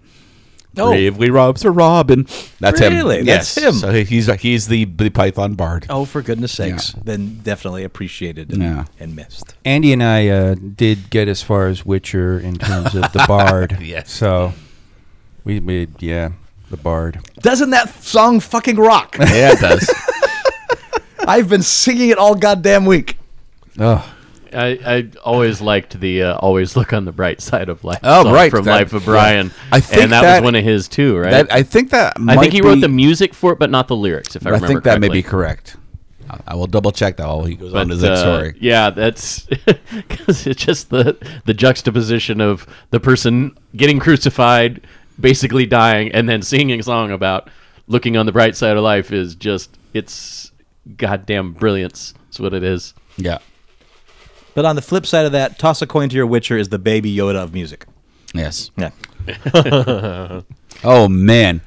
Oh.
Bravely robs a robin. That's
Really?
him.
That's him.
So he- he's he's the, the Python bard.
oh, for goodness sakes. Then definitely appreciated and,
Yeah.
and missed.
Andy and I uh, did get as far as Witcher in terms of (laughs) the Bard.
Yes.
So we made yeah the Bard.
Doesn't that song fucking rock? (laughs)
(laughs) Yeah, it does.
I've been singing it all goddamn week.
Oh,
I, I always liked the uh, "Always Look on the Bright Side of Life"
Oh,
song
right,
from
that-
Life of Brian.
I think
and that,
that-
was one of his too, (laughs) right?
That, I think that.
I
might
think he wrote
be-
the music for it, but not the lyrics. If I
I
remember
think that may
correctly.
be correct. I'll, I will double check that while he goes on to
But,
the
uh,
next story.
Yeah, that's (laughs) because it's just the the juxtaposition of the person getting crucified, basically dying, and then singing a song about looking on the bright side of life is just it's goddamn brilliance. That's what it is.
Yeah,
But on the flip side of that, toss a coin to your Witcher is the baby Yoda of music.
yes.
Yeah.
Oh man,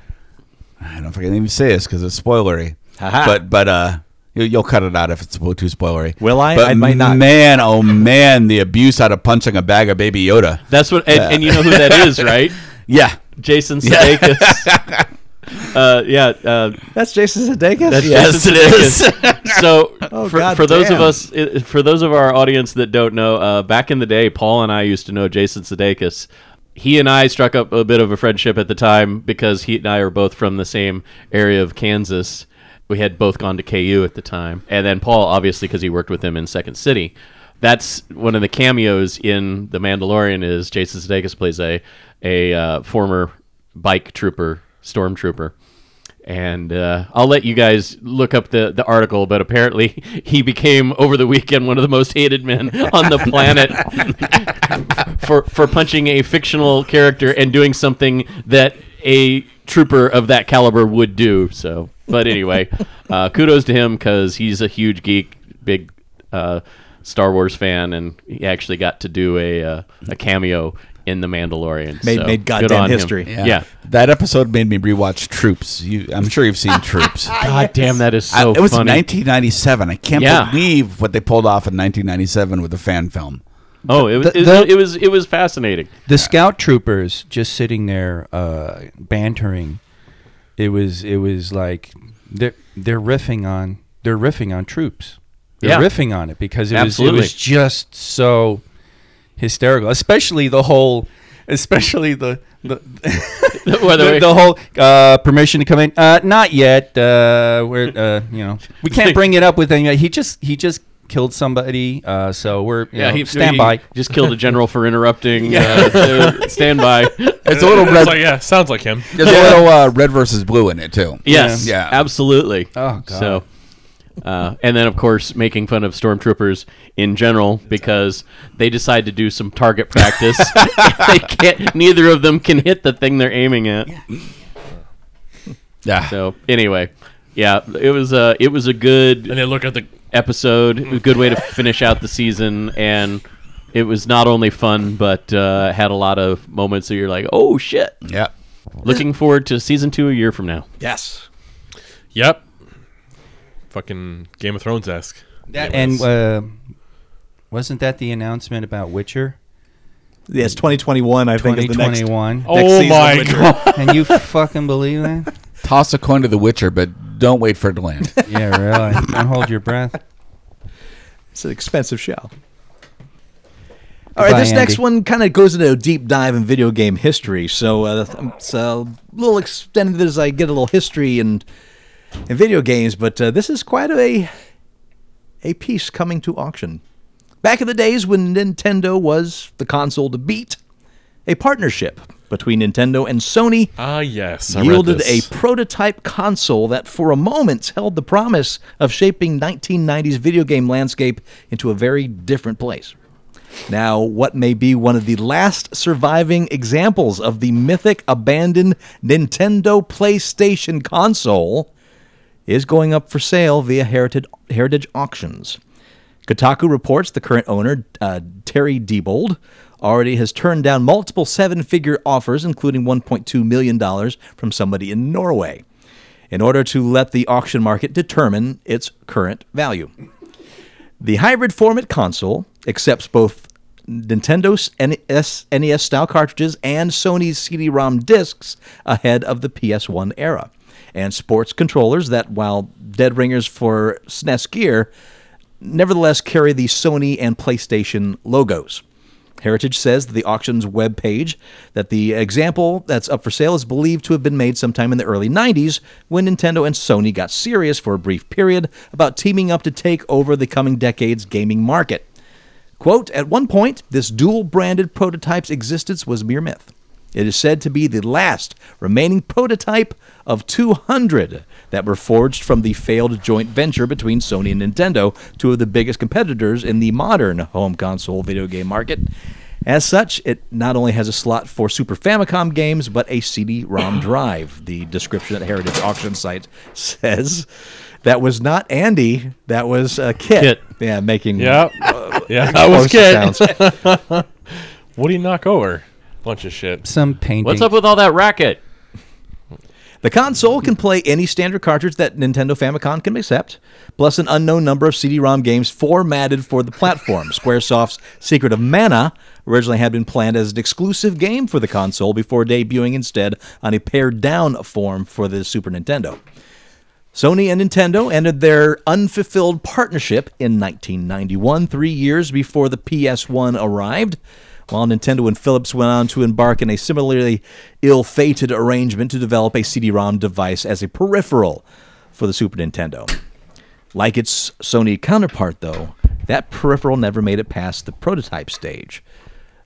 I don't know if I can even say this because it's spoilery.
Ha-ha.
But but uh, you, you'll cut it out if it's too spoilery.
Will I?
But
I might not.
Man, oh man, the abuse out of punching a bag of Baby Yoda.
That's what, and, and you know who that
(laughs)
is, right?
Yeah,
Jason Sudeikis.
(laughs)
uh, yeah, uh,
That's Jason Sudeikis.
That's
Yes,
Jason
it is.
Sudeikis. (laughs) so for,
Oh, God
for those of
damn.
us, i- for those of our audience that don't know, uh, back in the day, Paul and I used to know Jason Sudeikis. He and I struck up a bit of a friendship at the time because he and I are both from the same area of Kansas. We had both gone to KU at the time, and then Paul, obviously, because he worked with him in Second City. That's one of the cameos in The Mandalorian. Is Jason Sudeikis plays a a uh, former bike trooper, stormtrooper and uh, I'll let you guys look up the, the article. But apparently, (laughs) he became over the weekend one of the most hated men (laughs) on the planet for for punching a fictional character and doing something that a trooper of that caliber would do. So, but anyway, uh, kudos to him because he's a huge geek, big uh, Star Wars fan, and he actually got to do a uh, a cameo. In the Mandalorian,
Made-
so
made
good
goddamn
on him.
history.
Yeah,
That episode made me rewatch Troops. You, I'm sure you've seen
(laughs)
Troops.
God damn, that is
I-
so.
it was
funny.
1997. I can't
Yeah.
believe what they pulled off in 1997 with the fan film.
Oh, it was,
The-
it,
the-
it was it was fascinating.
The scout troopers just sitting there uh, bantering. It was it was like they're they're riffing on they're riffing on troops. They're
Yeah.
riffing on it because it
Absolutely.
was it was just so hysterical, especially the whole especially the
(laughs)
the
By the
the,
way,
the whole uh, permission to come in. Uh, not yet. Uh, we're uh, you know we
(laughs)
can't bring it up with any. He just he just killed somebody. Uh, so we're you
yeah,
know,
he,
stand
he
by.
Just killed a general for (laughs) interrupting. uh, stand by.
It's a little
It's
red.
like, yeah, sounds like him.
(laughs) there's a little uh, red versus blue in it too.
(laughs) Yes.
Yeah.
Absolutely.
Oh, God.
So, uh, and then of course making fun of stormtroopers in general because they decide to do some
(laughs)
target practice. (laughs) they can't. Neither of them can hit the thing they're aiming at.
Yeah.
So anyway, yeah, it was a it was a good.
And they look at the
episode. A good way to finish out the season, and it was not only fun, but uh, had a lot of moments that you're like, "Oh shit!"
yeah.
Looking forward to season two a year from now.
yes.
yep, fucking Game of Thrones esque.
and uh, wasn't that the announcement about Witcher
Yes, 2021, I think, is the next.
2021? (laughs)
Next
Oh
season
my
Witcher.
god!
Can you fucking believe that?
Toss a coin to the Witcher, but don't wait for it to
(laughs)
land.
Yeah, really. Don't hold your breath.
It's an expensive shell. All right,
Goodbye,
this next
Andy.
one kind of goes into a deep dive in video game history. So uh, th- it's a little extended as I get a little history and in video games, but uh, this is quite a a piece coming to auction. Back in the days when Nintendo was the console to beat, a partnership between Nintendo and Sony
Ah, yes, I read
yielded a
this.
prototype console that for a moment held the promise of shaping 1990s video game landscape into a very different place. Now, what may be one of the last surviving examples of the mythic abandoned Nintendo PlayStation console is going up for sale via Heritage, Heritage Auctions. Kotaku reports the current owner, uh, Terry Diebold, already has turned down multiple seven figure offers, including $1.2 million from somebody in Norway, in order to let the auction market determine its current value. The hybrid format console accepts both Nintendo's E NES, NES style cartridges and Sony's CD ROM discs ahead of the PS1 era, and sports controllers that, while dead ringers for SNES gear, nevertheless carry the Sony and PlayStation logos. Heritage says that the auction's webpage that the example that's up for sale is believed to have been made sometime in the early 90s when Nintendo and Sony got serious for a brief period about teaming up to take over the coming decade's gaming market. Quote, at one point, this dual branded prototype's existence was mere myth. It is said to be the last remaining prototype of 200 that were forged from the failed joint venture between Sony and Nintendo, two of the biggest competitors in the modern home console video game market. As such, it not only has a slot for Super Famicom games, but a CD ROM drive, the description at Heritage Auction Site says. That was not Andy, that was uh, Kit.
Kit.
Yeah, making
Yep. yeah, that was
horse
good.
sounds.
(laughs) What do you knock over? Bunch of shit.
Some painting.
What's up with all that racket?
The console can play any standard cartridge that Nintendo Famicom can accept, plus an unknown number of CD-ROM games formatted for the platform. Squaresoft's Secret of Mana originally had been planned as an exclusive game for the console before debuting instead on a pared down form for the Super Nintendo. Sony and Nintendo ended their unfulfilled partnership in 1991, three years before the PS1 arrived. While Nintendo and Philips went on to embark in a similarly ill fated arrangement to develop a CD ROM device as a peripheral for the Super Nintendo. Like its Sony counterpart, though, that peripheral never made it past the prototype stage.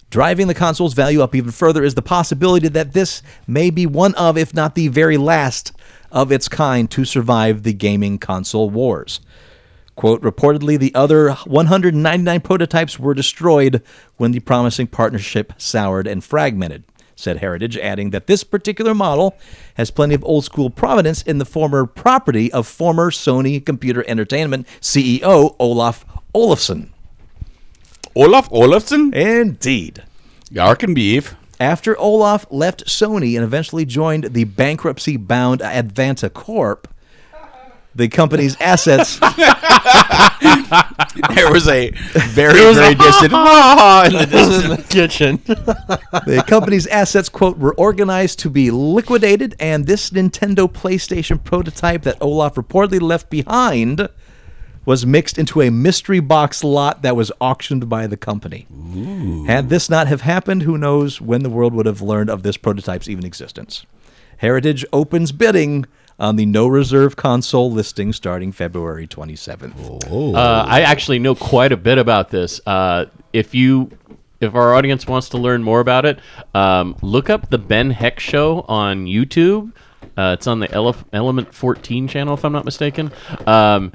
Driving the console's value up even further is the possibility that this may be one of, if not the very last, of its kind to survive the gaming console wars. Quote, reportedly, the other 199 prototypes were destroyed when the promising partnership soured and fragmented, said Heritage, adding that this particular model has plenty of old school provenance in the former property of former Sony Computer Entertainment CEO Olaf Olafsson.
Olaf
Eh.
Olafsson?
Indeed.
Yarkenbeef.
After Olaf left Sony and eventually joined the bankruptcy bound Advanta Corp, the company's assets
(laughs) There was a very, (laughs) very distant. Ah, in the distance.
Kitchen.
the company's assets quote were organized to be liquidated and this Nintendo PlayStation prototype that Olaf reportedly left behind was mixed into a mystery box lot that was auctioned by the company. Had this not have happened, who knows when the world would have learned of this prototype's even existence. Heritage opens bidding on the no reserve console listing starting February 27th.
Uh, I actually know quite a bit about this. Uh, if you, if our audience wants to learn more about it, um, look up the Ben Heck Show on YouTube. Uh, it's on the Elef- Element 14 channel, if I'm not mistaken. Um,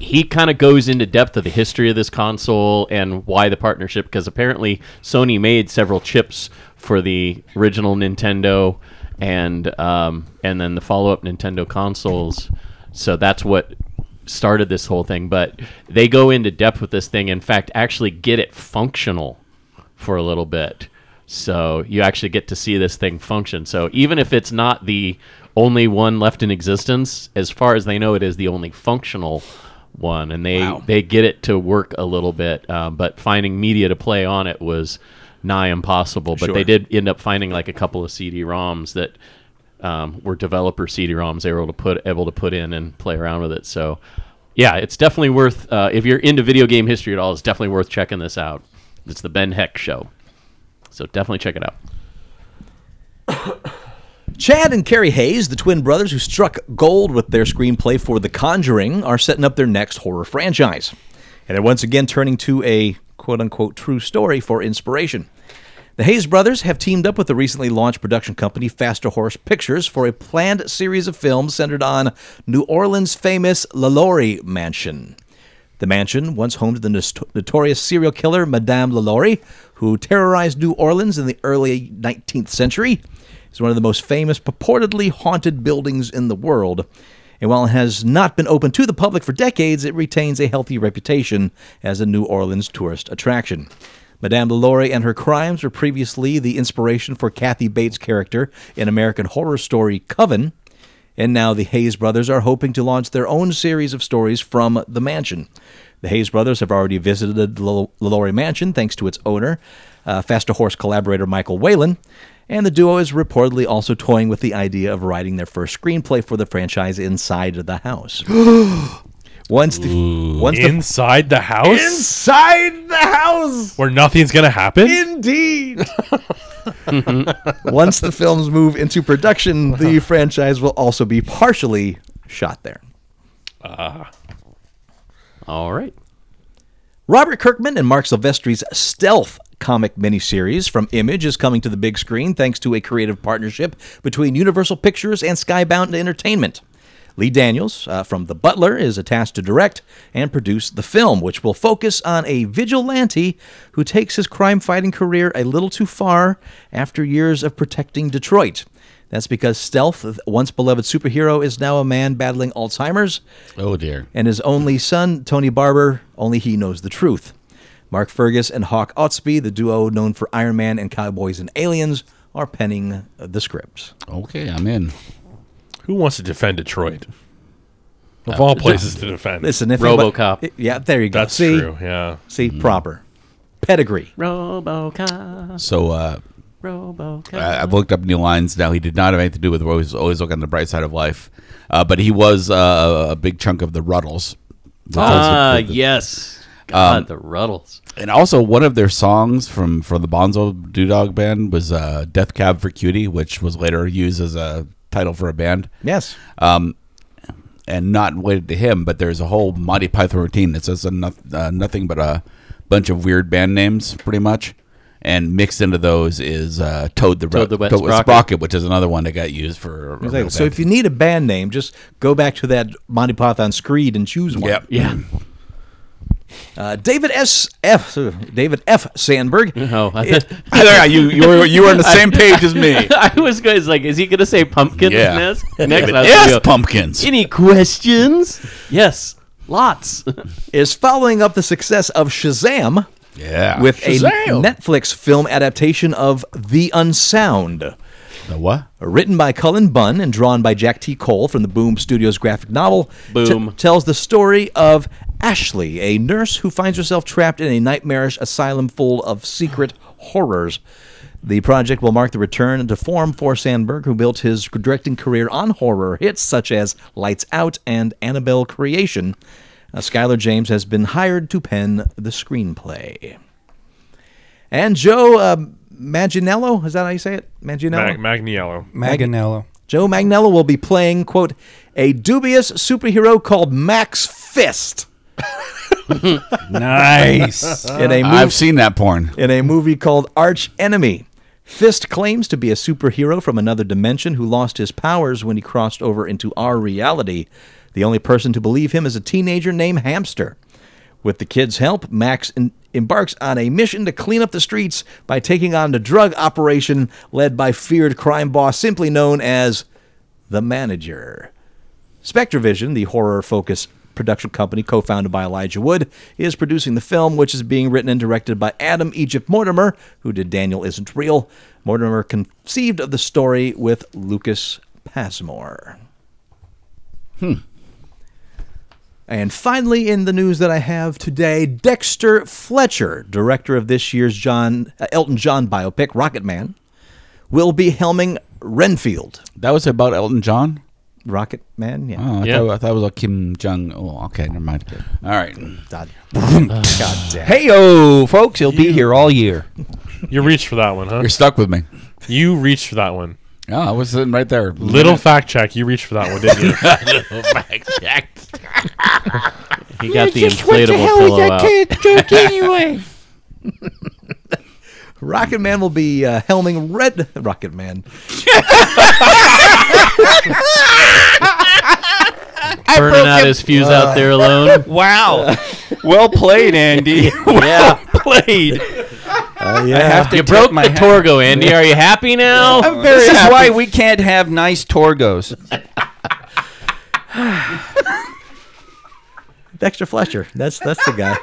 he kind of goes into depth of the history of this console and why the partnership, because apparently Sony made several chips for the original Nintendo and um, and then the follow up Nintendo consoles. So that's what started this whole thing. But they go into depth with this thing. In fact, actually get it functional for a little bit. So you actually get to see this thing function. So even if it's not the only one left in existence, as far as they know, it is the only functional one, and they they get it to work a little bit. Uh, but finding media to play on it was nigh impossible. But they did end up finding like a couple of CD-ROMs that um, were developer CD-ROMs they were able to put able to put in and play around with it. So. Yeah, it's definitely worth. Uh, if you're into video game history at all, it's definitely worth checking this out. It's the Ben Heck Show. So definitely check it out.
Chad and Carrie Hayes, the twin brothers who struck gold with their screenplay for The Conjuring, are setting up their next horror franchise. And they're once again turning to a quote unquote true story for inspiration. The Hayes brothers have teamed up with the recently launched production company Faster Horse Pictures for a planned series of films centered on New Orleans' famous LaLaurie Mansion. The mansion, once home to the nos- notorious serial killer Madame LaLaurie, who terrorized New Orleans in the early 19th century, is one of the most famous purportedly haunted buildings in the world. And while it has not been open to the public for decades, it retains a healthy reputation as a New Orleans tourist attraction. Madame LaLaurie and her crimes were previously the inspiration for Kathy Bates' character in American horror story Coven, and now the Hayes brothers are hoping to launch their own series of stories from the mansion. The Hayes brothers have already visited the Lal- LaLaurie Mansion thanks to its owner, uh, Faster Horse collaborator Michael Whalen, and the duo is reportedly also toying with the idea of writing their first screenplay for the franchise inside of the house. once the once the
Inside the house?
inside the house
where nothing's going to happen?
Indeed. Once the films move into production, the franchise will also be partially shot there.
All right.
Robert Kirkman and Mark Silvestri's stealth comic miniseries from Image is coming to the big screen thanks to a creative partnership between Universal Pictures and Skybound Entertainment. Lee Daniels uh, from The Butler is attached to direct and produce the film, which will focus on a vigilante who takes his crime fighting career a little too far after years of protecting Detroit. That's because Stealth, the once beloved superhero, is now a man battling Alzheimer's,
Oh dear.
and his only son, Tony Barber, only he knows the truth. Mark Fergus and Hawk Ottsby, the duo known for Iron Man and Cowboys and Aliens, are penning uh, the script.
Okay, I'm in.
(laughs) Who wants to defend Detroit? Of all places to defend.
Uh, Listen, if anybody-
RoboCop.
yeah, there you go.
That's
See?
true. Mm-hmm. Yeah.
See, proper. Pedigree.
RoboCop,
So uh,
RoboCop.
I- I've looked up Neil Lyons now. He did not have anything to do with always always look on the bright side of life, uh, but he was uh, a big chunk of the Ruddles.
Ah, yes. God, the Um, Ruddles.
And also, one of their songs from from the Bonzo Doodog band was uh, "Death Cab for Cutie," which was later used as a title for a band.
Yes.
Um, and not related to him, but there's a whole Monty Python routine that says enough, uh, nothing but a bunch of weird band names, pretty much. And mixed into those is uh, Toad the,
Toad the Wet Sprocket.
which is another one that got used for. a
Exactly.
real
So
band.
if you need a band name, just go back to that Monty Python screed and choose one.
(laughs) Yep.
Yeah. (laughs)
Uh, David S. F. David F. Sandberg.
(laughs) Oh, I,
yeah, you you were you were on the same page as me. (laughs)
(laughs) I was going like, is he going to say pumpkins
Yeah.
(laughs) next?
David
Next, I was
S.
gonna go,
Pumpkins.
Any questions? yes, (laughs) Oh lots.
is following up the success of Shazam
Yeah.
with
Shazam!
a Netflix film adaptation of The Unsound.
The what?
Written by Cullen Bunn and drawn by Jack T. Cole from the Boom Studios graphic novel, t-
Boom.
tells the story of Ashley, a nurse who finds herself trapped in a nightmarish asylum full of secret horrors. The project will mark the return to form for Sandberg, who built his directing career on horror hits such as Lights Out and Annabelle Creation. Uh, Skylar James has been hired to pen the screenplay. And Joe uh, Manganiello, is that how you say it? Manganiello?
Mag- Magniello.
Maganello.
Joe Magnello will be playing, quote, a dubious superhero called Max Fist
Nice.
in a, mov-
(laughs) Uh, I've seen that porn.
in a movie called Arch Enemy. Fist claims to be a superhero from another dimension who lost his powers when he crossed over into our reality. The only person to believe him is a teenager named Hamster. With the kids' help, Max en- embarks on a mission to clean up the streets by taking on the drug operation led by feared crime boss simply known as the manager. Spectrovision, the horror focused production company co founded by Elijah Wood, is producing the film, which is being written and directed by Adam Egypt Mortimer, who did Daniel Isn't Real. Mortimer conceived of the story with Lucas Passmore. Hmm. And finally, in the news that I have today, Dexter Fletcher, director of this year's John uh, Elton John biopic, Rocket Man, will be helming Renfield.
That was about Elton John.
Rocket Man, yeah.
Oh, I,
Yeah.
thought, I thought it was like Kim Jong. Oh, okay, never mind. All right.
God.
Uh,
Hey, oh, folks, he'll be here all
(laughs)
year.
You reached for that one, huh?
You're stuck with me.
You reached for that one.
Oh, I was sitting right there.
Little fact check. You reached for that
(laughs)
one, didn't you?
(laughs) He got the inflatable pillow out. (laughs)
Rocket Man will be uh, helming Red Rocket Man.
(laughs) Burning out his fuse out there alone.
(laughs) Wow. well played, Andy.
yeah, played.
I have to
You
tip
broke
my
the
hat.
Torgo, Andy. Are you happy now?
This is why we can't have nice Torgos.
(laughs) Dexter Fletcher. That's that's the guy.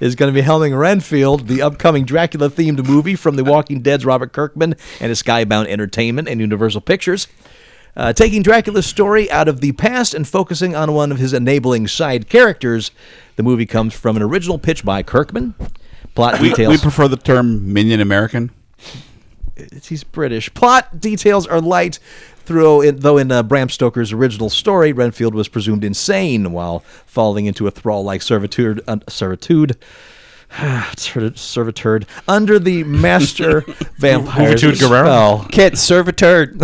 Is going to be helming Renfield, the upcoming Dracula themed movie from The Walking Dead's Robert Kirkman and his Skybound Entertainment and Universal Pictures. Uh, taking Dracula's story out of the past and focusing on one of his enabling side characters, the movie comes from an original pitch by Kirkman. Plot details.
We prefer the term Minion American.
it's- he's British. Plot details are light. Through, in, though in uh, Bram Stoker's original story, Renfield was presumed insane while falling into a thrall-like servitude, uh, servitude, (sighs) serv- servitude under the master vampire's
Juventud Guerrero?
spell.
Kit, servitor.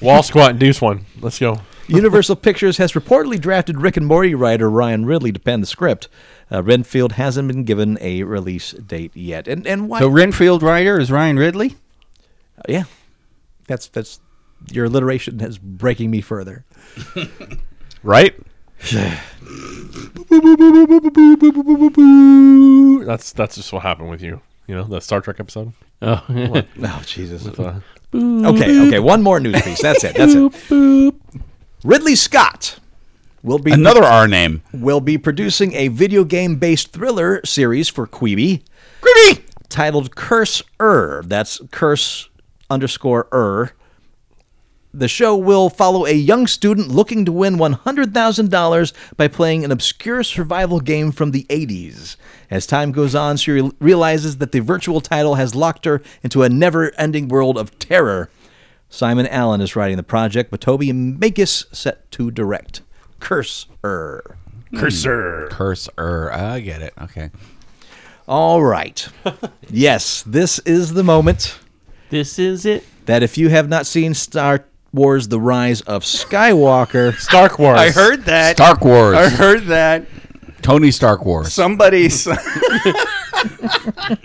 Wall squat and deuce one. Let's go.
Universal Pictures has reportedly drafted Rick and Morty writer Ryan Ridley to pen the script. Uh, Renfield hasn't been given a release date yet, and and why?
So Renfield writer is Ryan Ridley.
yeah, that's that's your alliteration is breaking me further.
right?
That's that's just what happened with you. You know that Star Trek episode.
Oh,
Oh Jesus!
Uh,
Okay, okay, one more news piece. That's it. That's it. Ridley Scott will be
Another R name.
will be producing a video game based thriller series for Quibi.
Creepy.
titled Curse Er. That's curse underscore er. The show will follow a young student looking to win $100,000 by playing an obscure survival game from the 80s. As time goes on, she re- realizes that the virtual title has locked her into a never ending world of terror. Simon Allen is writing the project, but Toby Makis set to direct. Curse Er.
Cursor.
Cursor. I get it. Okay.
All
(laughs)
right. yes, this is the moment.
this is it.
that if you have not seen Star Wars The Rise of Skywalker,
(laughs) Stark Wars.
I heard that.
Stark Wars.
I heard that.
Tony Stark
(laughs)
Wars.
Somebody.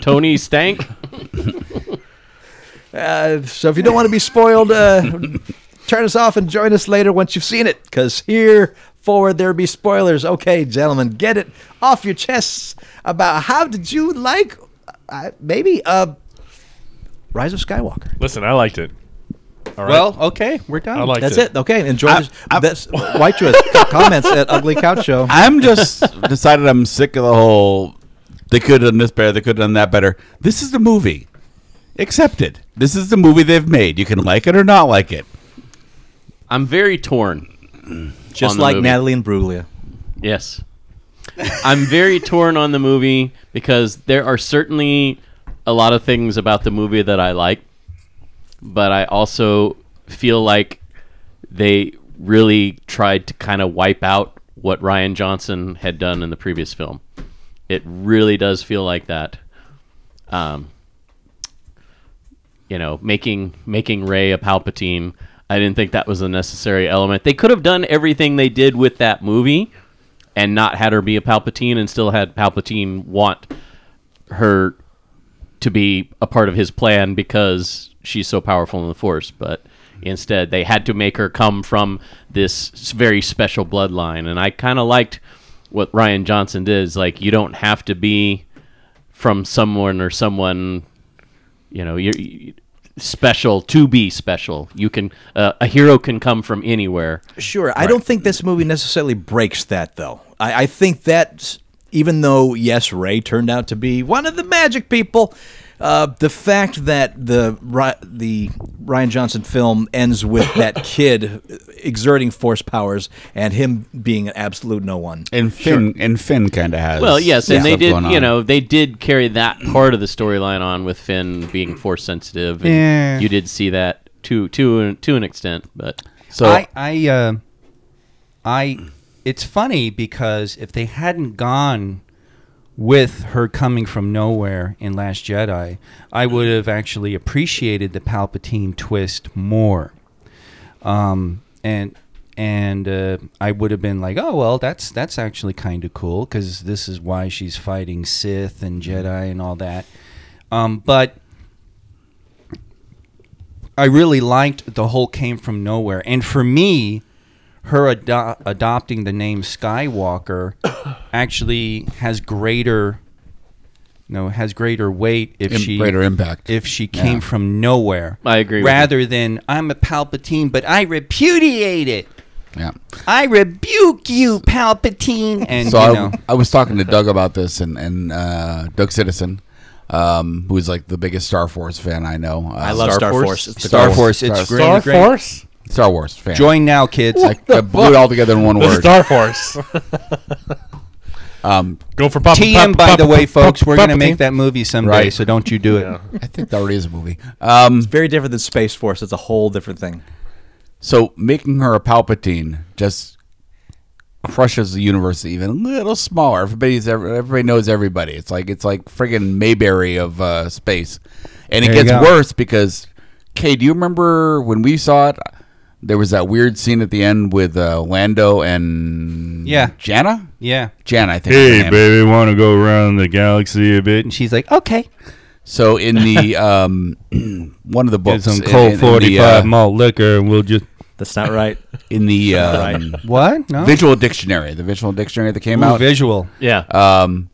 Tony Stank.
uh, so if you don't want to be spoiled, uh, turn us off and join us later once you've seen it, because here forward there be spoilers. Okay, gentlemen, get it off your chests about how did you like uh, maybe uh, Rise of Skywalker.
Listen, I liked it. All right.
well, okay, we're done.
I liked
That's
it.
it. Okay, enjoy. this. That's white choice comments at Ugly Couch Show.
I'm just (laughs) decided I'm sick of the whole. They could have done this better. They could have done that better. This is the movie. Accept it. This is the movie they've made. You can like it or not like it.
I'm very torn.
Just
on the
like
movie.
Natalie and Bruglia.
Yes. I'm very torn on the movie because there are certainly a lot of things about the movie that I like, but I also feel like they really tried to kind of wipe out what Ryan Johnson had done in the previous film. It really does feel like that. Um, you know, making making Ray a Palpatine. I didn't think that was a necessary element. They could have done everything they did with that movie and not had her be a Palpatine and still had Palpatine want her to be a part of his plan because she's so powerful in the Force. But instead, they had to make her come from this s- very special bloodline. And I kind of liked what Ryan Johnson did. Is like you don't have to be from someone or someone, you know, you're. you special to be special you can uh, a hero can come from anywhere
Sure. I don't think this movie necessarily breaks that, though. I, I think that even though, yes, Ray turned out to be one of the magic people, uh, the fact that the Ry- the Ryan Johnson film ends with (laughs) that kid exerting force powers and him being an absolute no one.
And Finn and Finn kind of has.
Well, yes, and they
stuff
did.
going
You
on.
know, they did carry that part of the storyline on with Finn being force sensitive. And
Yeah.
you did see that to to to an extent, but
So
I, I, uh, I. It's funny because if they hadn't gone with her coming from nowhere in Last Jedi, I would have actually appreciated the Palpatine twist more. Um, and and uh, I would have been like, oh well, that's that's actually kind of cool because this is why she's fighting Sith and Jedi and all that. Um, but I really liked the whole came from nowhere. And for me, her ado- adopting the name Skywalker (coughs) actually has greater no has greater weight if
Im-
she
greater impact.
if she came from nowhere.
I agree with you.
Rather than I'm a Palpatine, but I repudiate it.
yeah.
I rebuke you, Palpatine. And
So
you
I,
know,
I was talking to Doug about this, and and uh, Doug Citizen, um, who's like the biggest Star Force fan I know. Uh,
I love Star, Force. It's the
Star
goal.
Force, it's
Star,
great.
Star
great.
Force.
Star Wars fan.
join now, kids.
I, I blew it all together in one
The
word.
Star
(laughs)
Force.
um,
Go for Papa.
TM, by the way, folks, we're gonna make
that.
that movie someday,
Right.
so don't you do it.
I think that already is a movie. Um,
Very different than Space Force. It's a whole different thing.
So making her a Palpatine just crushes the universe even a little smaller. Everybody's ever- everybody knows everybody. It's like it's like friggin' Mayberry of uh, space, and
There
it
you
gets
go.
worse because. Kay, do you remember when we saw it? There was that weird scene at the end with uh, Lando and
Yeah.
Jana.
Yeah.
Jana, I think. is her name.
baby, want to go around the galaxy a bit?
And she's like, okay.
So
(laughs)
in the um, (clears throat) one of the
Get
books,
some
in-
cold
in- in the,
45
uh,
malt liquor, and we'll just
That's not (laughs) right.
in the um,
What? No.
visual dictionary, the visual dictionary that came
Ooh,
out.
visual.
Yeah.
um,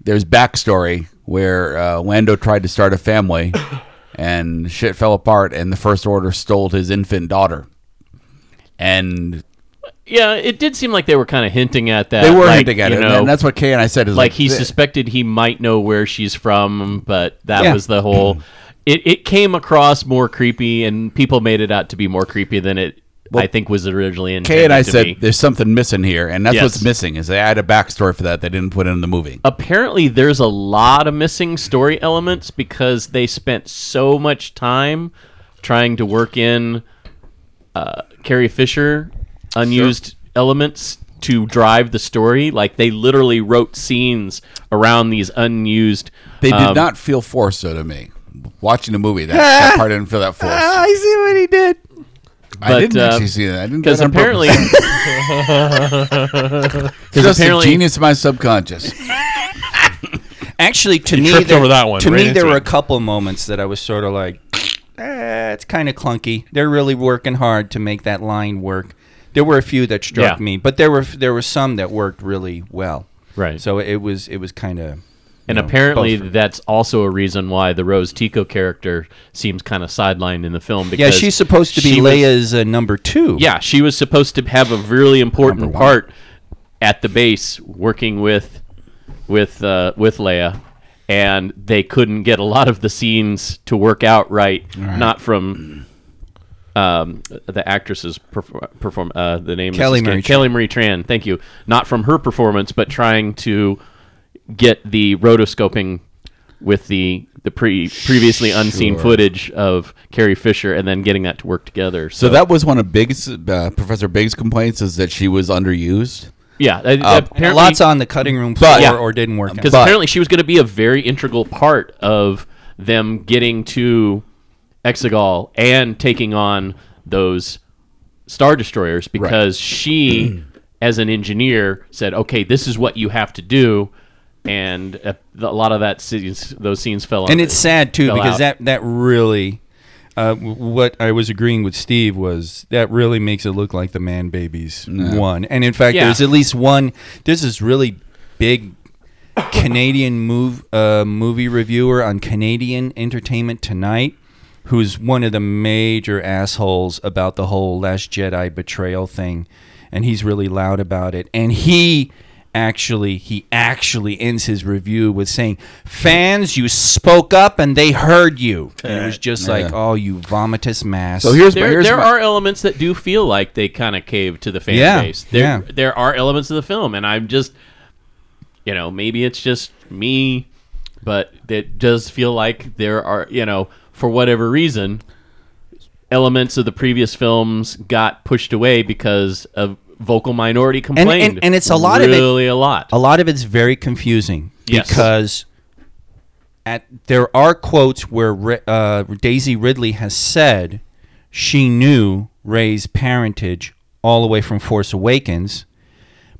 there's backstory where uh, Lando tried to start a
(coughs)
family, and shit fell apart, and the First Order stole his infant daughter, and
yeah, it did seem like they were kind of hinting at that.
they were
like,
hinting at
you
it,
know,
and that's what Kay and I said is
like he
th-
suspected he might know where she's from, but that
Yeah.
was the whole. It, it came across more creepy, and people made it out to be more creepy than it I think was originally intended.
Kay and I
to
said
be.
there's something missing here, and that's
Yes. Uh,
what's missing is they had a backstory for that they didn't put in the movie.
apparently there's a lot of missing story elements because they spent so much time trying to work in uh, Carrie Fisher unused elements to drive the story. Like they literally wrote scenes around these unused.
They did
um,
not feel forced though to me. Watching the movie, that, that part didn't feel that forced.
Ah,
(laughs)
I see what he did.
I didn't
uh,
actually see that. I didn't do
because
that on purpose.
(laughs)
apparently
Just
apparently-
a genius of my subconscious.
Actually, to
You
me,
tripped
there,
over that one,
To
right
me, there
into
were a
it.
couple moments that I was sort of like, eh, it's kind of clunky. They're really working hard to make that line work. There were a few that struck
Yeah.
me, but there were there were some that worked really well.
Right.
So it was it was kind of.
And apparently, that's also a reason why the Rose Tico character seems kind of sidelined in the film. Because
Yeah, she's supposed to be
she was-
Leia's uh, number two.
yeah, she was supposed to have a really important part at the base, working with with uh, with Leia, and they couldn't get a lot of the scenes to work out right. Not from um, the actress's perform, perform uh, the name
Kelly
is escaping-
Marie Tran.
Kelly Marie Tran. Thank you. Not from her performance, but trying to get the rotoscoping with the the pre previously unseen footage of Carrie Fisher, and then getting that to work together.
So that was one of Big's uh, Professor Big's complaints is that she was underused.
Yeah, uh, apparently,
Lots on the cutting room floor
But- Yeah.
or didn't work.
because
but-
apparently she was going to be a very integral part of them getting to Exegol and taking on those star destroyers
(clears throat)
because she, as an engineer, said, "Okay, this is what you have to do," and uh, a lot of that scenes, those scenes fell. on
and it's sad too
fell
because
out.
that that really uh, w- what I was agreeing with Steve was that really makes it look like the man babies won. And in fact,
Yeah.
there's at least one. There's this really big Canadian move, uh, movie reviewer on Canadian Entertainment Tonight, who's one of the major assholes about the whole Last Jedi betrayal thing, and he's really loud about it. And he actually he actually ends his review with saying fans you spoke up and they heard you and it was just like oh you vomitous mass
So here's my,
There,
here's
there
my-
are elements that do feel like they kind of caved to the fan
Yeah,
base. There,
yeah.
there are elements of the film, and I'm just, you know, maybe it's just me, but it does feel like there are, you know, for whatever reason, elements of the previous films got pushed away because of vocal minority complained.
and it's a lot of it-
really a lot.
a lot of it's very confusing
Yes.
because at there are quotes where Ri- uh, Daisy Ridley has said she knew Ray's parentage all the way from Force Awakens,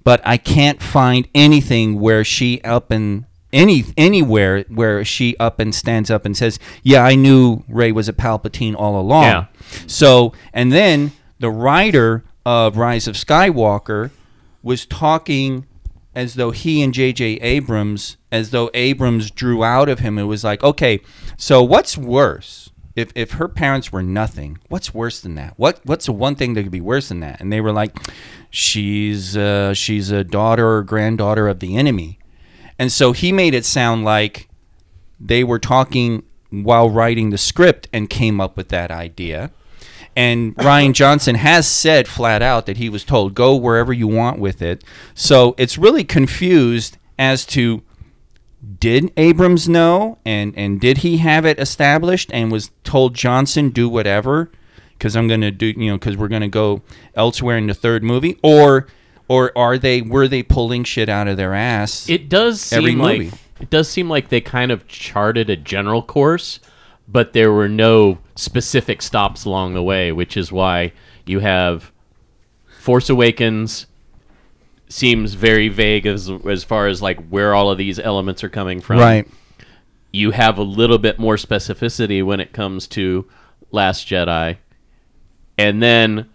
but I can't find anything where she up and any anywhere where she up and stands up and says, "Yeah, I knew Ray was a Palpatine all along."
Yeah.
So, and then the writer of Rise of Skywalker was talking as though he and J.J. Abrams, as though Abrams drew out of him. It was like, okay, so what's worse? If, if her parents were nothing, what's worse than that? What what's the one thing that could be worse than that? And they were like, she's uh, she's a daughter or granddaughter of the enemy, and so he made it sound like they were talking while writing the script and came up with that idea.
(laughs)
And Ryan Johnson has said flat out that he was told, go wherever you want with it. So it's really confused as to did Abrams know and, and did he have it established and was told Johnson, do whatever? Because I'm going to do, you know, because we're going to go elsewhere in the third movie? Or. Or are they were they pulling shit out of their ass?
It does seem
every
like
movie.
it does seem like they kind of charted a general course, but there were no specific stops along the way, which is why You have Force Awakens seems very vague as as far as like where all of these elements are coming from.
Right.
You have a little bit more specificity when it comes to Last Jedi. And then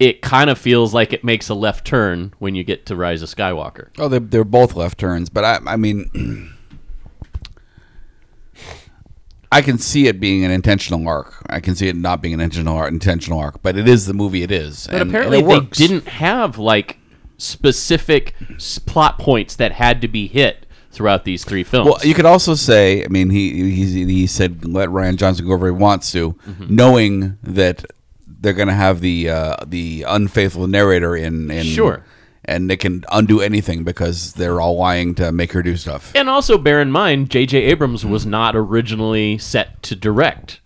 it kind of feels like it makes a left turn when you get to Rise of Skywalker.
Oh, they, they're both left turns, but I, I mean, (clears throat) I can see it being an intentional arc. I can see it not being an intentional arc, intentional arc, but it is the movie it is.
But
and- and
apparently
it
they
works.
didn't have like specific s- plot points that had to be hit throughout these three films.
Well, you could also say, I mean, he he, he said let Ryan Johnson go wherever he wants to,
Mm-hmm.
knowing that they're going to have the uh, the unfaithful narrator in, in
Sure.
and they can undo anything because they're all lying to make her do stuff.
and also bear in mind J.J. Abrams was not originally set to direct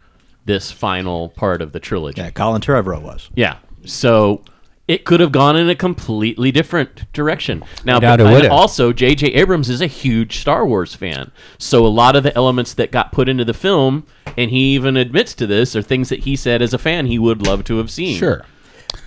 this final part of the trilogy.
Yeah, Colin Trevorrow was.
Yeah. So it could have gone in a completely different direction. Now,
doubt
but,
it
and
would've.
also, J.J. Abrams is a huge Star Wars fan. So a lot of the elements that got put into the film, and he even admits to this, are things that he said as a fan he would love to have seen.
Sure.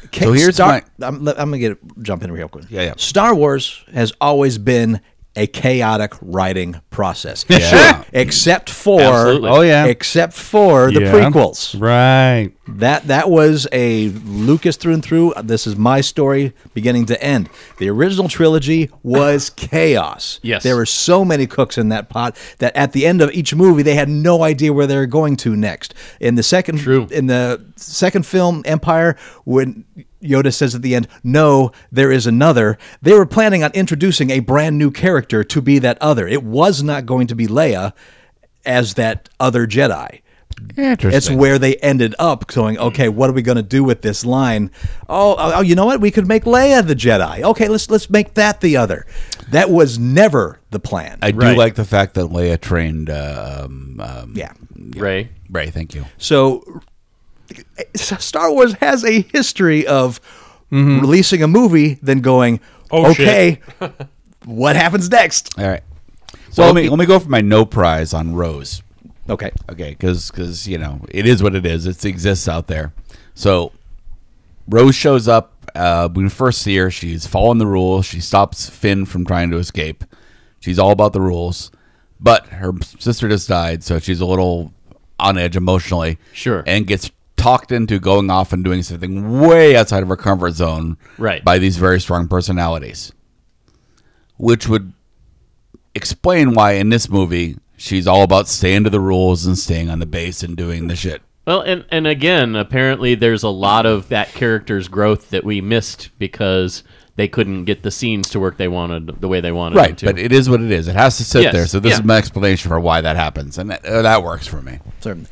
Okay,
So here's
Star- I'm, I'm gonna get jump in real quick.
Yeah, yeah.
Star Wars has always been a chaotic writing process.
Sure.
Except for
Absolutely. Oh,
yeah.
Except for the
Yeah.
prequels.
Right.
That that was a Lucas through and through. This is my story, beginning to end. The original trilogy
(laughs)
was chaos.
Yes.
there were so many cooks in that pot that at the end of each movie they had no idea where they were going to next. In the second,
True.
in the second film, Empire, when Yoda says at the end, "No, there is another," they were planning on introducing a brand new character to be that other. It was not going to be Leia as that other Jedi.
Interesting.
It's where they ended up going, okay, what are we going to do with this line? Oh, oh, oh, you know what? We could make Leia the Jedi. Okay, let's let's make that the other. That was never the plan.
I do
Right.
like the fact that Leia trained. Uh, um, um,
yeah.
Ray.
Ray, thank you.
So uh, Star Wars has a history of Mm-hmm. releasing a movie then going,
Oh, shit.
okay, (laughs) what happens next?
All right. So let me let me go for my no prize on Rose.
Okay.
Okay, because you know it is what it is. It exists out there. So Rose shows up. Uh, when we first see her, she's following the rules. She stops Finn from trying to escape. She's all about the rules, but her sister just died, so she's a little on edge emotionally.
Sure.
and gets talked into going off and doing something way outside of her comfort zone.
Right.
by these very strong personalities, which would explain why in this movie she's all about staying to the rules and staying on the base and doing the shit.
Well, and, and again, apparently there's a lot of that character's growth that we missed because they couldn't get the scenes to work they wanted the way they wanted them
Right,
to.
but it is what it is. It has to sit
Yes,
there. So this
yeah.
is my explanation for why that happens, and that, uh, that works for me.
Certainly.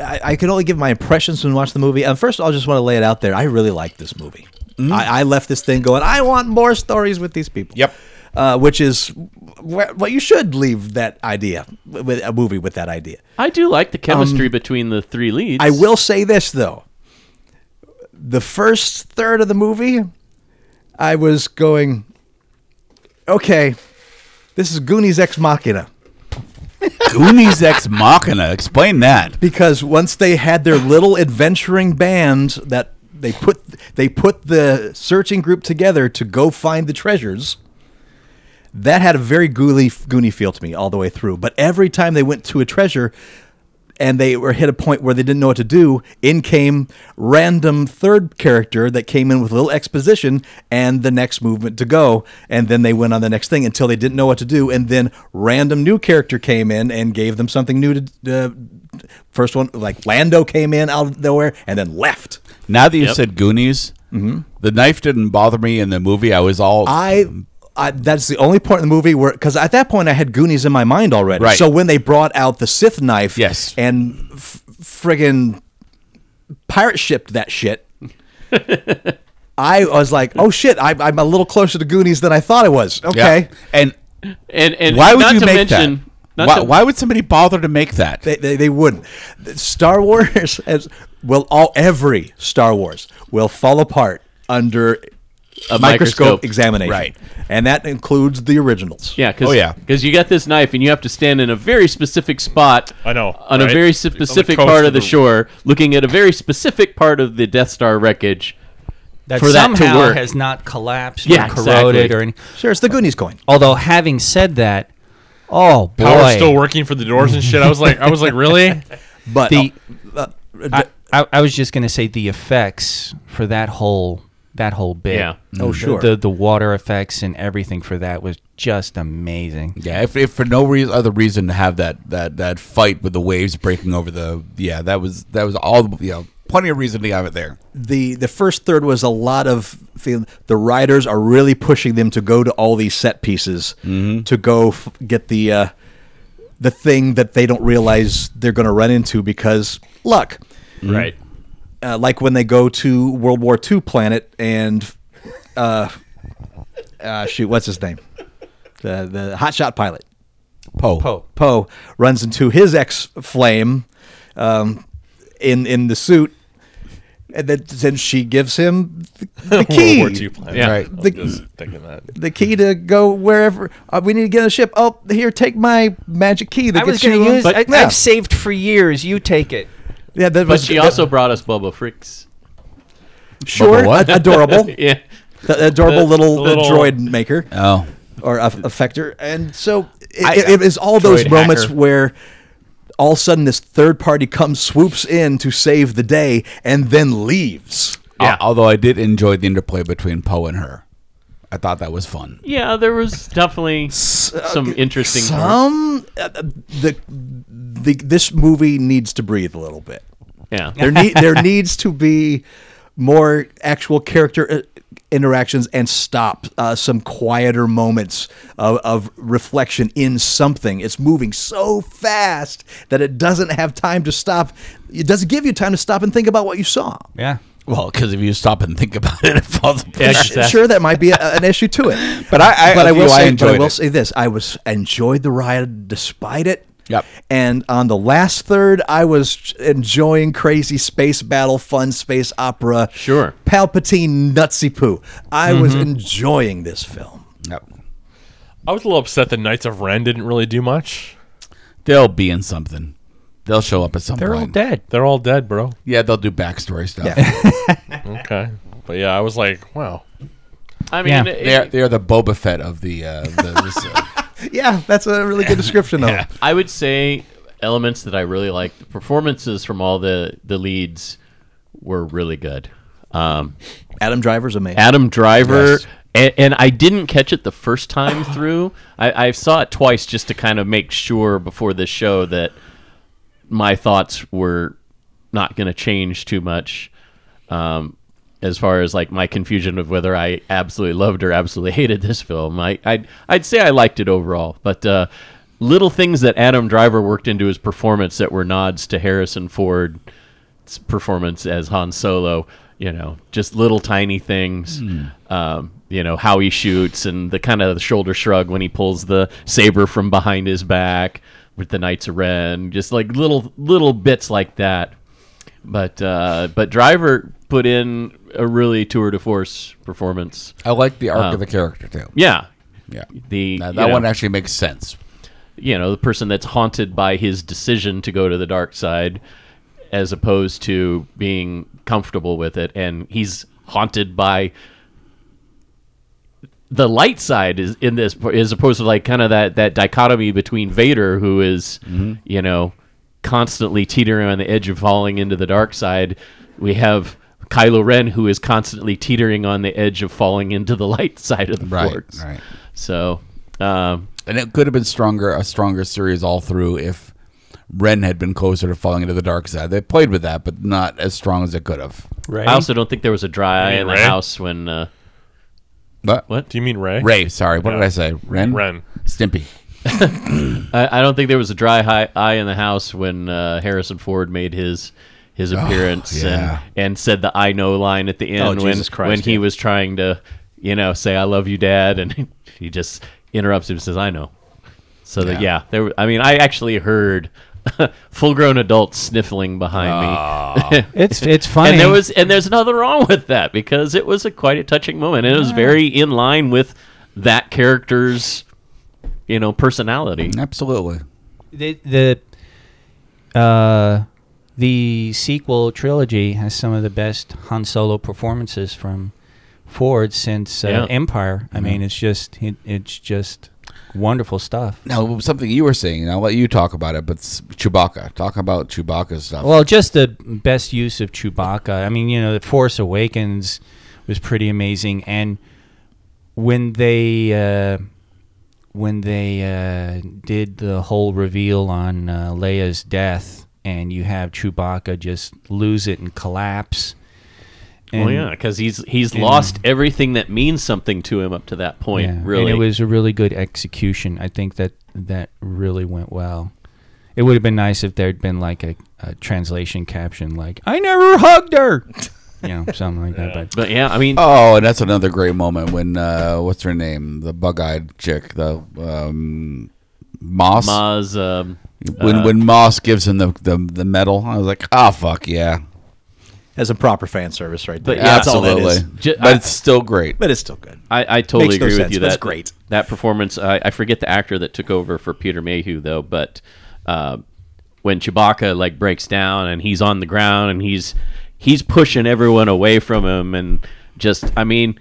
I, I can only give my impressions when watching the movie. And first, I'll just want to lay it out there. I really like this movie. I, I left this thing going. I want more stories with these people.
Yep.
Uh, which is wh- what you should leave that idea with a movie with that idea.
I do like the chemistry
Um,
between the three leads.
I will say this though. The first third of the movie, I was going, okay, this is Goonies Ex Machina.
Goonies ex machina. Explain that.
because once they had their little adventuring band that they put they put the searching group together to go find the treasures that had a very gooly goony feel to me all the way through but every time they went to a treasure and they were hit a point where they didn't know what to do in came random third character that came in with a little exposition and the next movement to go and then they went on the next thing until they didn't know what to do and then random new character came in and gave them something new to uh, first one like lando came in out of nowhere and then left
Now that you said Goonies, the knife didn't bother me in the movie. I was all
I, I that's the only point in the movie where because at that point I had Goonies in my mind already.
Right.
So when they brought out the Sith knife,
Yes.
and f- friggin' pirate shipped that
(laughs)
shit. I was like, oh shit, I, I'm a little closer to Goonies than I thought I was.
Yeah.
Okay.
And
And and
why would
not
you
to
make
mention,
that?
Not
Why,
to,
why would somebody bother to make that?
They, they, they wouldn't. Star (laughs) Wars, as well, all every Star Wars will fall apart under microscope
a microscope.
examination,
Right.
And that includes the originals.
Yeah, because
Oh, yeah.
you got this knife and you have to stand in a very specific spot.
I know,
on
right?
a very
It's on the
specific
coast
part
of
of the
the-
shore, looking at a very specific part of the Death Star wreckage.
that
For that to
somehow
work.
has not collapsed
Yeah,
or corroded
exactly.
or anything.
Sure, it's the Goonies coin.
Although having said that, oh boy,
Power's still working for the doors and shit. I was like, I was like,
(laughs)
really?
But
The-
uh, uh,
I, I, I was just gonna say the effects for that whole that whole bit. Mm-hmm.
Yeah.
oh, sure.
The, the water effects and everything for that was just amazing.
Yeah, if, if for no reason other reason to have that that that fight with the waves breaking over the yeah that was that was all you know plenty of reason to have it there.
the the first third was a lot of feel the writers are really pushing them to go to all these set pieces
Mm-hmm.
to go f- get the uh, the thing that they don't realize they're going to run into because luck
Right.
uh, like when they go to World War II planet and uh, uh, shoot what's his name the the hotshot pilot
Poe.
Poe.
Poe runs into his ex flame um, in in the suit and then, then she gives him
(laughs)
the, the key
World War II plan.
Yeah.
Right.
I'm
The-
just thinking that.
the key to go wherever uh, we need to get on the ship. Oh, here, take my magic key. That
I was
gets
gonna
you on-
use. I,
yeah,
I've saved for years. You take it.
yeah, that
But
was
she also brought us Bubba Freaks.
sure,
what?
ad- adorable,
(laughs) Yeah.
the adorable
The-
little,
the
uh,
little-
droid maker uh,
Oh,
or a- effector, and so it,
I- uh,
it is all those
Droid
moments
hacker.
where. All of a sudden, this third party comes, swoops in to save the day, and then leaves.
yeah. although I did enjoy the interplay between Poe and her, I thought that was fun.
Yeah, there was (laughs) definitely some interesting parts.
Some uh, the, the this movie needs to breathe a little bit.
Yeah. (laughs)
There need there needs to be more actual character uh, interactions and stop uh, some quieter moments of, of reflection in something. It's moving so fast that it doesn't have time to stop. It doesn't give you time to stop and think about what you saw.
Yeah.
Well, because if you stop and think about it, (laughs) it falls apart.
Exactly.
Sure, that might be a, an issue to it,
But I- I-
but I will
you know,
say,
I
but I
enjoyed
will
it.
say this: I was enjoyed the ride despite it.
Yep.
And on the last third, I was enjoying crazy space battle, fun space opera.
Sure.
Palpatine nutsy poo. I was enjoying this film.
Yep.
I was a little upset that Knights of Ren didn't really do much.
They'll be in something. They'll show up at some
They're
point.
all dead.
They're all dead, bro.
Yeah, they'll do backstory stuff.
Yeah.
Okay, but yeah, I was like, wow.
I mean,
Yeah.
it-
They're they're the Boba Fett of the uh, (laughs) the this, uh,
yeah, that's a really good description (laughs) of it.
I would say elements that I really liked. The performances from all the, the leads were really good. Um,
Adam Driver's amazing.
Adam Driver. And, and I didn't catch it the first time (laughs) through. I, I saw it twice just to kind of make sure before this show that my thoughts were not going to change too much um, as far as like my confusion of whether I absolutely loved or absolutely hated this film. I, I'd, I'd say I liked it overall, but uh, little things that Adam Driver worked into his performance that were nods to Harrison Ford's performance as Han Solo. You know, just little tiny things. Um, you know how he shoots and the kind of shoulder shrug when he pulls the saber from behind his back with the Knights of Ren. Just like little little bits like that. But uh, but Driver put in a really tour de force performance.
I like the arc of the character too.
Yeah,
Yeah,
the
Now, that
you know,
one actually makes sense.
you know the person that's haunted by his decision to go to the dark side, as opposed to being comfortable with it, and he's haunted by the light side is in this as opposed to like kind of that that dichotomy between Vader who is,
Mm-hmm.
you know constantly teetering on the edge of falling into the dark side we have Kylo Ren who is constantly teetering on the edge of falling into the (laughs) light side of the
Right,
force
right.
so um,
And it could have been stronger, a stronger series all through if Ren had been closer to falling into the dark side. They played with that, but not as strong as it could have.
Right.
I also don't think there was a dry eye
mean
in the
Ray?
house when uh,
What?
What?
Do you mean Ray?
Ray, sorry. What did I say? Ren?
Ren.
Stimpy.
I, I don't think there was a dry hi- eye in the house when uh, Harrison Ford made his his appearance
Oh, yeah.
and, and said the "I know" line at the end
Oh,
when
Jesus Christ,
when he
yeah.
was trying to you know say "I love you, Dad," and (laughs) he just interrupts him and says "I know." So that
Yeah.
yeah, there. were- I mean, I actually heard (laughs) full-grown adults sniffling behind
Oh.
(laughs) me.
It's it's funny.
and there was and there's nothing wrong with that because it was a quite a touching moment and it was very in line with that character's you know personality.
Absolutely.
the the uh, the sequel trilogy has some of the best Han Solo performances from Ford since uh,
Yeah.
Empire. I mean, it's just it, it's just wonderful stuff.
Now, something you were saying, and I'll let you talk about it, but s- Chewbacca. Talk about Chewbacca's stuff.
Well, just the best use of Chewbacca. I mean, you know, The Force Awakens was pretty amazing, and when they uh, when they uh, did the whole reveal on uh, Leia's death, and you have Chewbacca just lose it and collapse.
Oh
and-
yeah, because he's he's
and-
lost everything that means something to him up to that point.
yeah,
Really,
and it was a really good execution. I think that that really went well. It would have been nice if there'd been like a, a translation caption, like "I never hugged
(laughs)
her," you know, something like that. But
But yeah, I mean,
Oh, and that's another great moment when uh, what's her name, the bug-eyed chick, the um, Moss.
Maz. Um,
when
uh,
when Moss gives him the, the the medal, I was like, ah, fuck yeah,
As a proper fan service, right there.
But yeah,
that's all that is.
Ju-
but
I-
it's still great.
But it's still good.
I, I totally
Makes no
agree with
sense,
you.
but
That's
it's great.
That performance, I, I forget the actor that took over for Peter Mayhew though, but uh, when Chewbacca like breaks down and he's on the ground and he's he's pushing everyone away from him and just, I mean,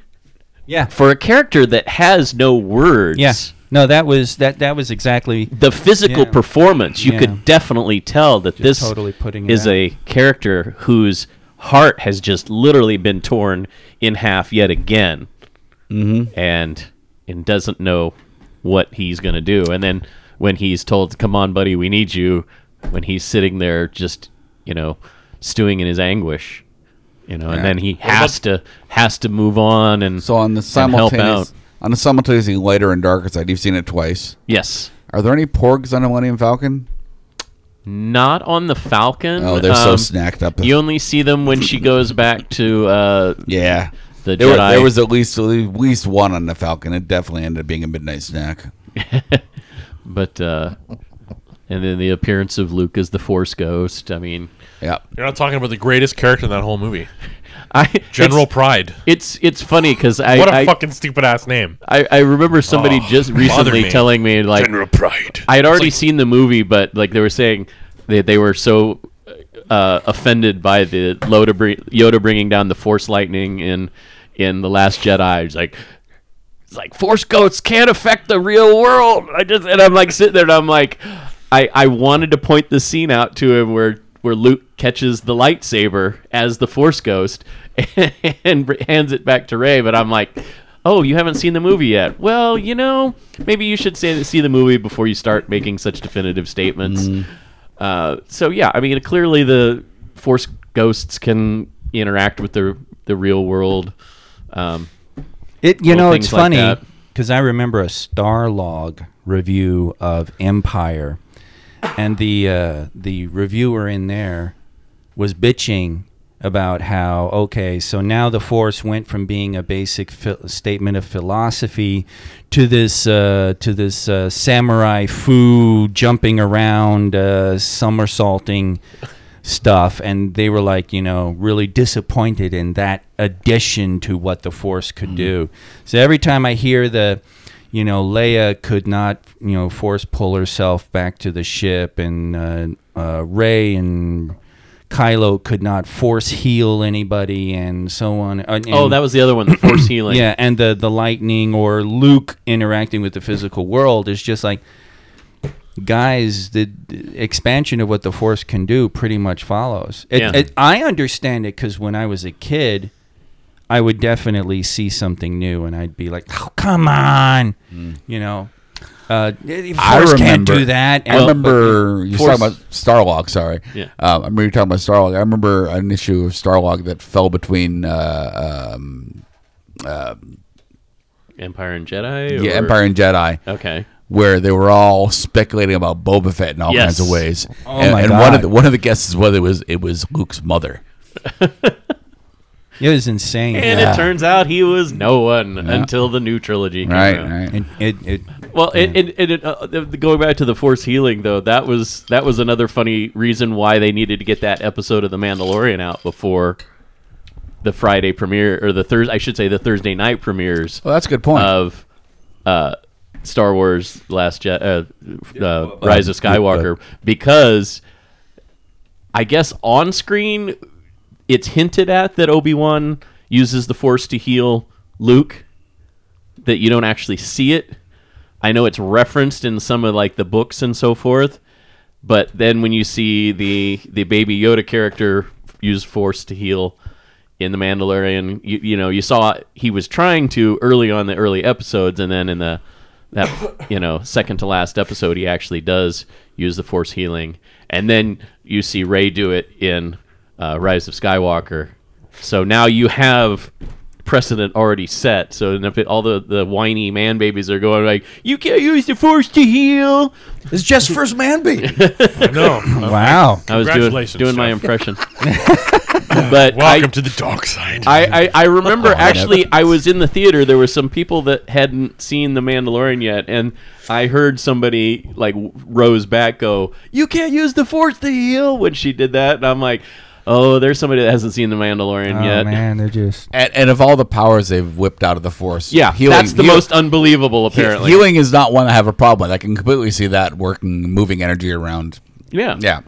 yeah,
for a character that has no words,
Yeah. No, that was that that was exactly
the physical
Yeah.
performance you
Yeah.
could definitely tell that this
totally putting it
is
out.
a character whose heart has just literally been torn in half yet again mm-hmm. and and doesn't know what he's going to do and then when he's told come on buddy we need you when he's sitting there just you know stewing in his anguish you know and then he has to has to move on and
So on the
and help out
simultaneous on the simultaneously lighter and darker side, you've seen it twice.
yes
Are there any porgs on the Millennium Falcon?
Not on the Falcon.
Oh, they're so snacked up.
Um, You only see them when she goes back to uh,
Yeah.
the
There,
Jedi.
were- there was at least at least one on the Falcon. It definitely ended up being a midnight snack.
but uh, and then the appearance of Luke as the Force Ghost. I mean,
Yeah.
You're not talking about the greatest character in that whole movie,
I
General
It's
Pride.
it's, it's funny because I,
what a
I,
fucking stupid ass name,
I I remember somebody
Oh,
just
bothered
recently
me.
telling me like
General Pride.
I had already seen the movie, but like they were saying they they were so uh, offended by the Yoda, bring, Yoda bringing down the Force lightning in in the Last Jedi. It's like it's like Force ghosts can't affect the real world. I just and I'm like sitting there and I'm like I I wanted to point the scene out to him where where Luke catches the lightsaber as the Force ghost (laughs) and br- hands it back to Ray, but I'm like. Oh, you haven't seen the movie yet. Well, you know, maybe you should say, see the movie before you start making such definitive statements. Uh, so yeah, I mean, clearly the Force ghosts can interact with the the real world. Um,
it. You
Little
know, it's
things like
funny
that.
because I remember a Starlog review of Empire, and the uh, the reviewer in there was bitching about how okay, so now the Force went from being a basic phi- statement of philosophy to this uh, to this uh, samurai foo jumping around, uh, somersaulting stuff, and they were like, you know, really disappointed in that addition to what the Force could do. So every time I hear the you know, Leia could not, you know, force pull herself back to the ship, and uh, uh, Ray and Kylo could not force heal anybody, and so on. Uh, and-
oh, that was the
(clears throat)
other one, the Force healing.
yeah, and the the lightning or Luke interacting with the physical world is just like guys the the expansion of what the force can do pretty much follows it,
Yeah.
it- i understand it because when i was a kid i would definitely see something new and i'd be like oh come on
Mm.
you know uh, the
I
force can't
remember-
do that
I remember you were talking about Starlog. Sorry,
Yeah.
Um, I remember you were talking about Starlog. I remember an issue of Starlog that fell between uh, um,
Empire and Jedi.
yeah,
or-
Empire and Jedi,
Okay.
where they were all speculating about Boba Fett in all
Yes.
kinds of ways.
Oh
and
my
and one
God.
of the one of the guesses was it was it was Luke's mother.
It was insane.
And
Yeah.
it turns out he was no one until the new trilogy came
Right,
out.
right.
It, it, it,
Well, and, and, and it, uh, the- the- going back to the Force healing, though, that was that was another funny reason why they needed to get that episode of The Mandalorian out before the Friday premiere or the Thursday, I should say, the Thursday night premieres
Well, that's a good point.
of uh, Star Wars: Last Je- uh, uh, Rise of Skywalker because I guess on screen it's hinted at that Obi Wan uses the Force to heal Luke. That you don't actually see it. I know it's referenced in some of like the books and so forth, but then when you see the the baby Yoda character use Force to heal in the Mandalorian, you, you know you saw he was trying to early on the early episodes, and then in the that (coughs) you know second to last episode, he actually does use the Force healing, and then you see Ray do it in uh, Rise of Skywalker. So now you have precedent already set. So and if it, all the, the whiny man babies are going like, "You can't use the force to heal."
It's just first man baby.
No.
(laughs) wow.
I was doing
Congratulations,
doing my
Jeff. (laughs)
impression, (laughs) but I,
Welcome to the dark side.
I, I I remember actually I was in the theater. There were some people that hadn't seen The Mandalorian yet, and I heard somebody like rose back go, "You can't use the force to heal" when she did that, and I'm like. Oh, there's somebody that hasn't seen The Mandalorian
Oh,
yet.
man, they're just.
and, and of all the powers they've whipped out of the Force,
Yeah, that's the
heal-
most unbelievable,
he-
apparently.
Healing is not one I have a problem with. I can completely see that working, moving energy around.
yeah.
Yeah,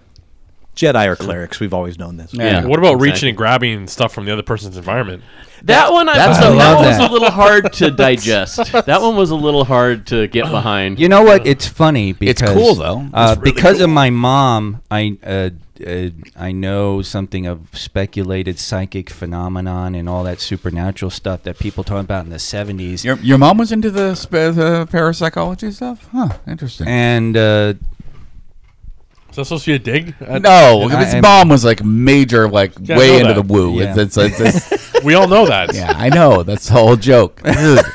Jedi are clerics. We've always known this.
Yeah.
what about
Exactly.
reaching and grabbing stuff from the other person's environment?
That one, I,
That's-
that
I
one
love
was
that.
a little hard
(laughs)
to digest. That one was a little hard to get behind.
You know what? It's funny because
Uh, cool, though.
Uh,
It's really
because of my mom, I uh, uh, I know something of speculated psychic phenomenon and all that supernatural stuff that people talk about in the seventies.
your your mom was into the, sp- the parapsychology stuff, huh? Interesting.
And uh,
Is that supposed to be a dig? Uh,
no,
I-
his
I-
mom was like major, like
Yeah, I know
way into
that.
the woo.
Yeah.
It's, it's, it's, it's-
We all know
(laughs)
that.
yeah, I know. That's the whole (laughs) joke. Ugh.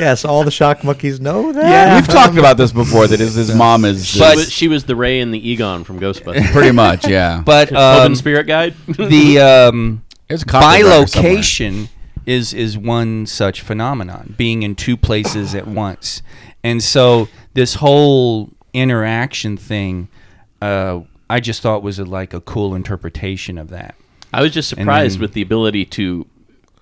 Yes, all the shock monkeys know that.
We've talked about this before. That his, his mom is
She,
just
was, she was the Ray and the Egon from Ghostbusters.
(laughs)
pretty much, yeah.
but
Love
um,
and Spirit Guide.
(laughs)
the um,
There's a
by
copyright or somewhere.
location is is one such phenomenon being in two places at once and so this whole interaction thing uh, i just thought was a, like a cool interpretation of that
(laughs) I was just
And
surprised
then-
with the ability to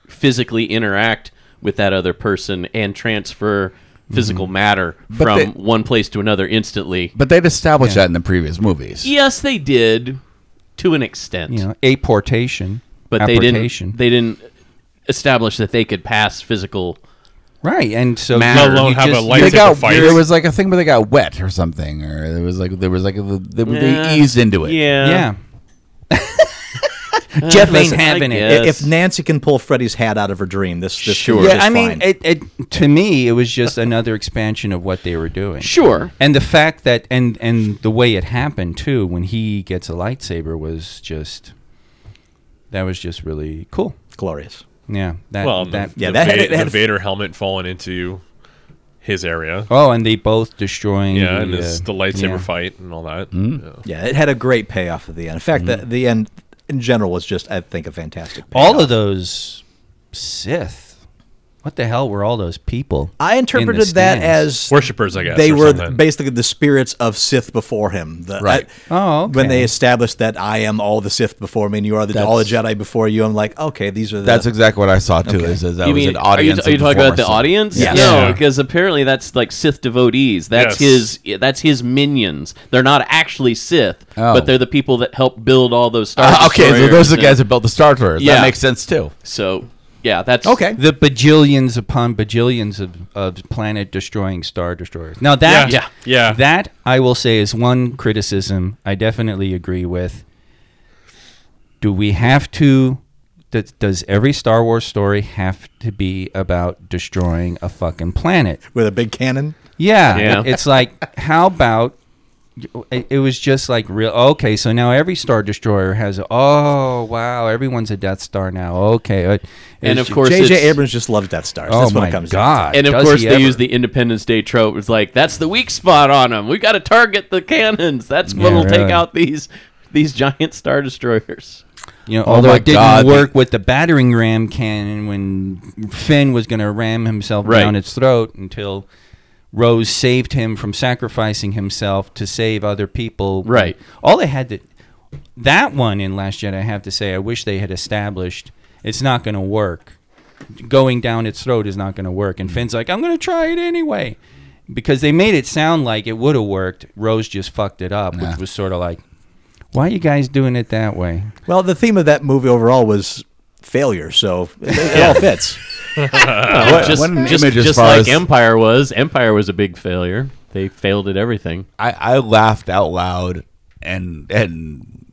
physically interact with that other person and transfer physical
Mm-hmm.
matter from
they-
one place to another instantly.
But they'd established that in the previous movies.
Yes, they did to an extent,
you know apportation
but they
apportation.
didn't. They didn't establish that they could pass physical.
right and so
Matter.
you-
Let
alone
you
have a
just-
light-
They
Lightsaber
got
fights.
there was like a thing where they got wet or something, or it was like there was like a, they,
Yeah.
they eased into it.
(laughs)
yeah
Uh,
Jeff ain't
listen, I
having it.
guess.
I- If Nancy can pull Freddy's hat out of her dream, this this
Sure.
is
yeah i mean
fine.
it, it to me it was just another expansion of what they were doing
sure,
And the fact that and and the way it happened too, when he gets a lightsaber was just that was just really cool.
glorious.
Yeah. That
Well,
that
the,
yeah,
the
that had-
Va-
it had-
the Vader helmet falling into his area.
Oh, and they both destroying
Yeah,
the,
and this,
uh,
the lightsaber
yeah.
fight and all that. Yeah.
Yeah, it had a great payoff at the end. In fact, the, the end in general was just, I think, a fantastic.
All
payoff.
of those Sith. What the hell were all those people?
I interpreted that
stands.
as
Worshippers, I guess.
they
or
were
something.
basically the spirits of Sith before him. The-
Right.
I-
Oh, okay.
When they established that I am all the Sith before me, and you are the, all the Jedi before you, I'm like, okay, these are the.
That's exactly what I saw too. Is, is that
you
was
mean
an audience?
Are you, are you
of the
talking about
former
the
Sith.
audience?
Yes.
No,
Yeah.
because apparently that's like Sith devotees. That's
Yes.
his. That's his minions. They're not actually Sith,
Oh.
but they're the people that help build all those Star
Uh, okay, so
Destroyers
those are the
and-
guys that built the Star Tours.
Yeah.
That makes sense too.
So yeah, that's
okay.
the bajillions upon bajillions of, of planet destroying star destroyers. Now that
Yeah. Yeah. Yeah.
that I will say is one criticism I definitely agree with. Do we have to does, does every Star Wars story have to be about destroying a fucking planet?
with a big cannon.
Yeah,
Yeah.
it- it's like how about it, it was just like real okay, so now every star destroyer has oh wow, everyone's a death star now. Okay. uh,
And
it's
of course,
J.J.
it's-
Abrams just loves Death Stars.
Oh
That's what
my
it comes down
god!
And of
does
course,
he
they
ever.
use the Independence Day trope. It's like that's the weak spot on them. We got to target the cannons. That's what'll
really.
take out these these giant star destroyers.
You know,
Oh
although
my
it didn't
God,
work with the battering ram cannon when Finn was going to ram himself
Right.
down its throat until Rose saved him from sacrificing himself to save other people.
Right.
All they had to that one in Last Jedi, I have to say, I wish they had established it's not going to work. Going down its throat is not going to work. And Finn's like, I'm going to try it anyway. Because they made it sound like it would have worked. Rose just fucked it up, which was sort of like, why are you guys doing it that way?
Well, the theme of that movie overall was failure, so it, it all fits.
Uh, just
what an
just,
image as
just
far
like
as-
Empire was. Empire was a big failure. They failed at everything.
I, I laughed out loud and and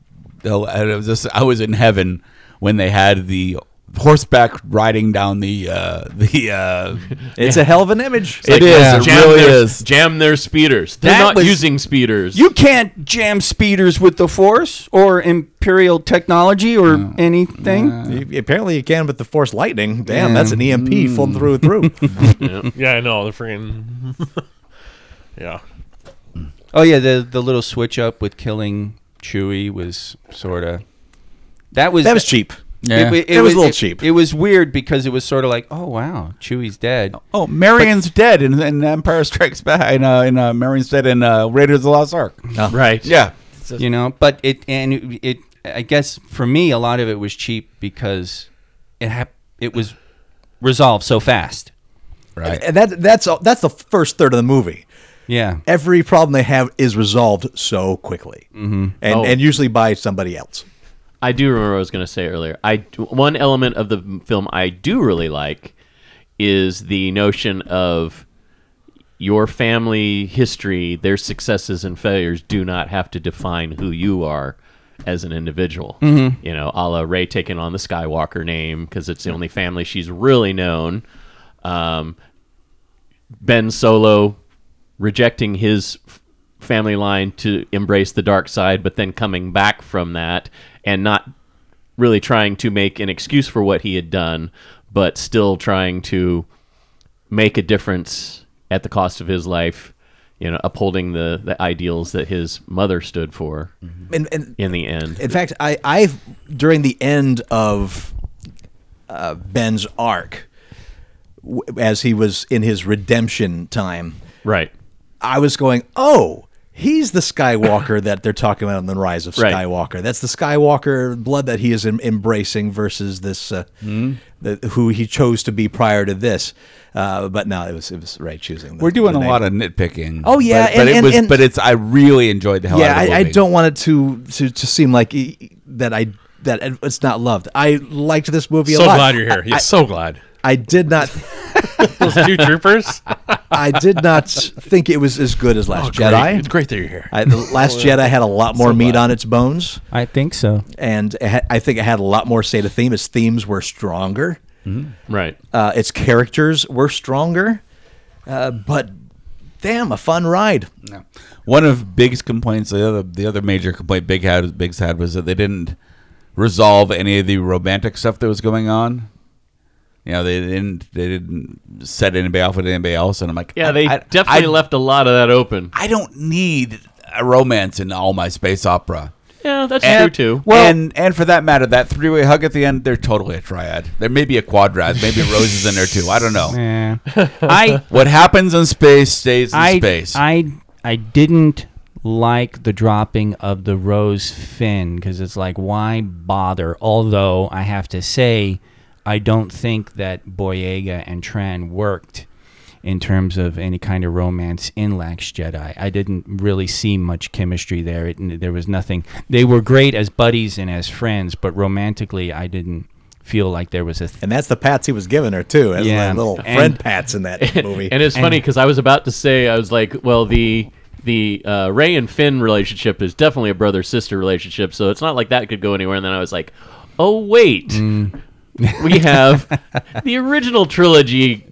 the- and it was just I was in heaven when they had the horseback riding down the uh (laughs) the uh
It's a hell of an image.
It is, it really
their,
is.
Jam their (laughs) speeders. They're
That
not
was-
using speeders.
You can't jam speeders with the Force or Imperial technology or anything.
You- apparently, you can, but the Force Lightning, damn, that's an E EMP full through and through.
Yeah, I know. They're freaking. (laughs) yeah.
Oh yeah, the the little switch up with killing Chewie was sort of that was
that was cheap.
Yeah.
It,
That was a little cheap.
It was weird because it was sort of like, oh wow, Chewie's dead.
oh Marion's dead in, in Empire Strikes Back in uh, in uh, Marion's dead in uh, Raiders of the Lost Ark.
right.
Yeah.
you know but it and it, it i guess for me a lot of it was cheap because it hap- it was resolved so fast
Right.
And that that's all- that's the first third of the movie.
yeah
Every problem they have is resolved so quickly, mm-hmm. and
Oh.
and usually by somebody else.
I do remember what I was going to say earlier. I one element of the film I do really like is the notion of your family history, their successes and failures do not have to define who you are as an individual.
Mm-hmm.
You know, a la Ray taking on the Skywalker name because it's the only family she's really known. Um, ben Solo rejecting his f- family line to embrace the dark side, but then coming back from that and not really trying to make an excuse for what he had done, but still trying to make a difference at the cost of his life, you know, upholding the, the ideals that his mother stood for
Mm-hmm.
And, and
in the end.
in fact, I I during the end of uh, Ben's arc, w- as he was in his redemption time,
Right.
I was going, oh, he's the Skywalker that they're talking about in the Rise of
Right.
Skywalker. That's the Skywalker blood that he is em- embracing versus this uh,
Hmm.
the, who he chose to be prior to this. Uh, but no, it was it was right choosing. the-
We're doing
the
a
name.
lot of nitpicking.
Oh, yeah,
but, but
and-
it
and-
was.
and-
but it's. I really enjoyed the hell
Yeah,
out of the
I, I
movie.
don't want it to to, to seem like e- e- that I that it's not loved. I liked this movie a
So
lot.
glad you're here. Yeah, so glad.
I did not
Those two troopers.
I did
(laughs)
not think it was as good as Last Jedi.
It's Oh, great Oh, that you're here.
I, the
(laughs)
Last Jedi had a lot more meat on its bones.
i think so
and it ha- I think it had a lot more say to theme. Its themes were stronger.
Right.
Uh, its characters were stronger. Uh, but damn, a fun ride.
No. One of Big's complaints, the other the other major complaint Big had Big's had was that they didn't resolve any of the romantic stuff that was going on. You know, they didn't they didn't set anybody off with anybody else, and I'm like,
Yeah,
I-
they
I-
definitely
I-
left a lot of that open.
I don't need a romance in all my space opera.
Yeah, that's
And,
true too.
Well, and and for that matter, that three way hug at the end, they're totally a triad. There may be a quadrad, (laughs) maybe roses in there too. I don't know.
(laughs) yeah Eh. i
What happens in space stays in
I,
space.
I i didn't like the dropping of the rose fin because it's like why bother although i have to say i don't think that boyega and tran worked in terms of any kind of romance in Last Jedi. I didn't really see much chemistry there. It, there was nothing. They were great as buddies and as friends, but romantically, I didn't feel like there was a. Th-
And that's the pats he was giving her too, as
Yeah.
like little
And-
friend pats in that
(laughs)
movie.
And it's funny because I was about to say I was like, well, the the uh, Ray and Finn relationship is definitely a brother sister relationship, so it's not like that could go anywhere. And then I was like, oh wait, we have the original trilogy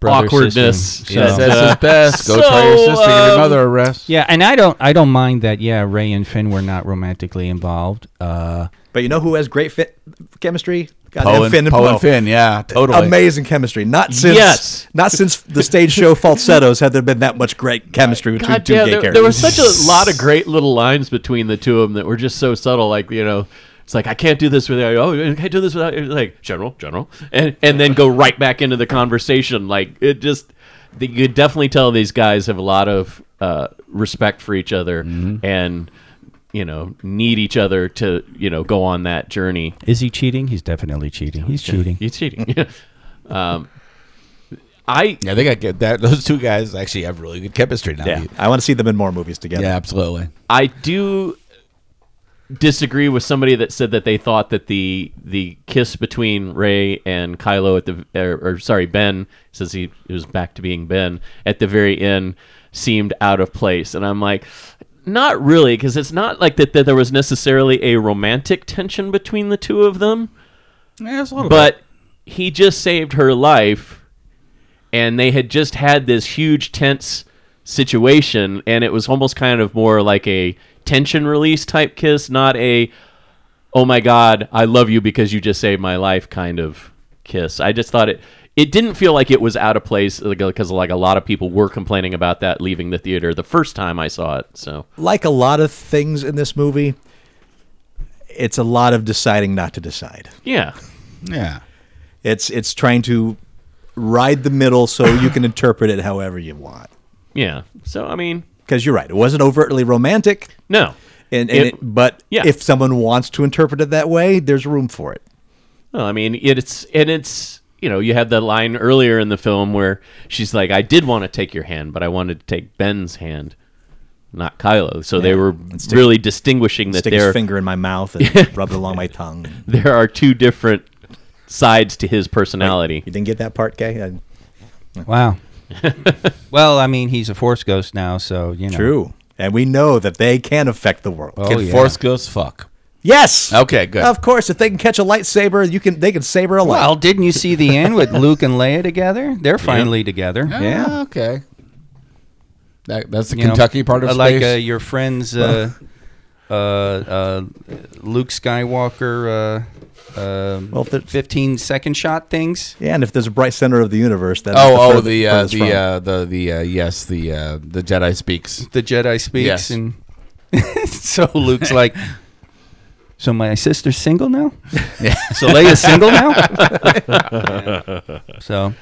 Brother,
awkwardness.
sister.
that,
Yes, that's
uh,
his best. Go tell your
so,
sister, give your
um,
mother a rest.
Yeah, and I don't, I don't mind that. Yeah, Ray and Finn were not romantically involved. Uh,
but you know who has great fit chemistry? Goddamn
Poe and,
Finn and Poe.
Finn, yeah, totally.
Amazing chemistry. Not since
Yes.
not since the stage show falsettos had there been that much great chemistry between
God,
two
yeah,
gay (laughs)
there,
characters.
there were such a lot of great little lines between the two of them that were just so subtle. Like you know, It's like I can't do this without. Oh, I can't do this without. it's Like general, general, and and then go right back into the conversation. Like it just, the, you could definitely tell these guys have a lot of uh, respect for each other
Mm-hmm.
and you know need each other to you know go on that journey.
Is he cheating? He's definitely cheating. He's cheating.
He's cheating. (laughs) um, I
Yeah, they got get that. (laughs) Those two guys actually have really good chemistry now.
Yeah, I want to see them in more movies together.
Yeah, absolutely.
I do disagree with somebody that said that they thought that the the kiss between Ray and Kylo at the er, or, or sorry Ben says he it was back to being Ben at the very end seemed out of place, and I'm like. Not really, because it's not like that, that there was necessarily a romantic tension between the two of them but he just saved her life and they had just had this huge tense situation and it was almost kind of more like a tension release type kiss not a oh my god i love you because you just saved my life kind of kiss i just thought it it didn't feel like it was out of place because like a lot of people were complaining about that leaving the theater the first time i saw it so
Like a lot of things in this movie, it's a lot of deciding not to decide.
yeah
Yeah.
It's it's trying to ride the middle so you can interpret it however you want.
yeah so i mean
Because you're right, it wasn't overtly romantic,
no
and, and
It-
it, but
yeah.
if someone wants to interpret it that way, there's room for it.
Well, I mean, it, it's and it's you know you had that line earlier in the film where she's like, "I did want to take your hand, but I wanted to take Ben's hand, not Kylo." So they were
stick-
really distinguishing that
Stick
there
his finger in my mouth and rub it along my tongue.
there are two different sides to his personality.
You didn't get that part, Uh, Kay? I- (laughs)
Wow. well, I mean, he's a force ghost now, so you know.
True. And we know that they can affect the world.
Oh,
Can
yeah.
Force Ghosts fuck?
Yes.
Okay, good.
Of course, if they can catch a lightsaber, you can. They can saber a light.
Well, didn't you see the end with Luke and Leia together? They're finally together.
Yeah.
Ah, okay. That, that's the
You know,
Kentucky part of
uh, like uh,
space.
your friends, uh, uh, uh, Luke Skywalker, uh, um
Well, if it-
15 second shot things.
yeah, and if there's a bright center of the universe, then
oh, oh, the uh, the, uh, the the uh, yes, the uh, the Jedi speaks.
The Jedi speaks,
Yes.
and (laughs) so Luke's like. So my sister's single now. So Leia's single (laughs) now. Yeah. So,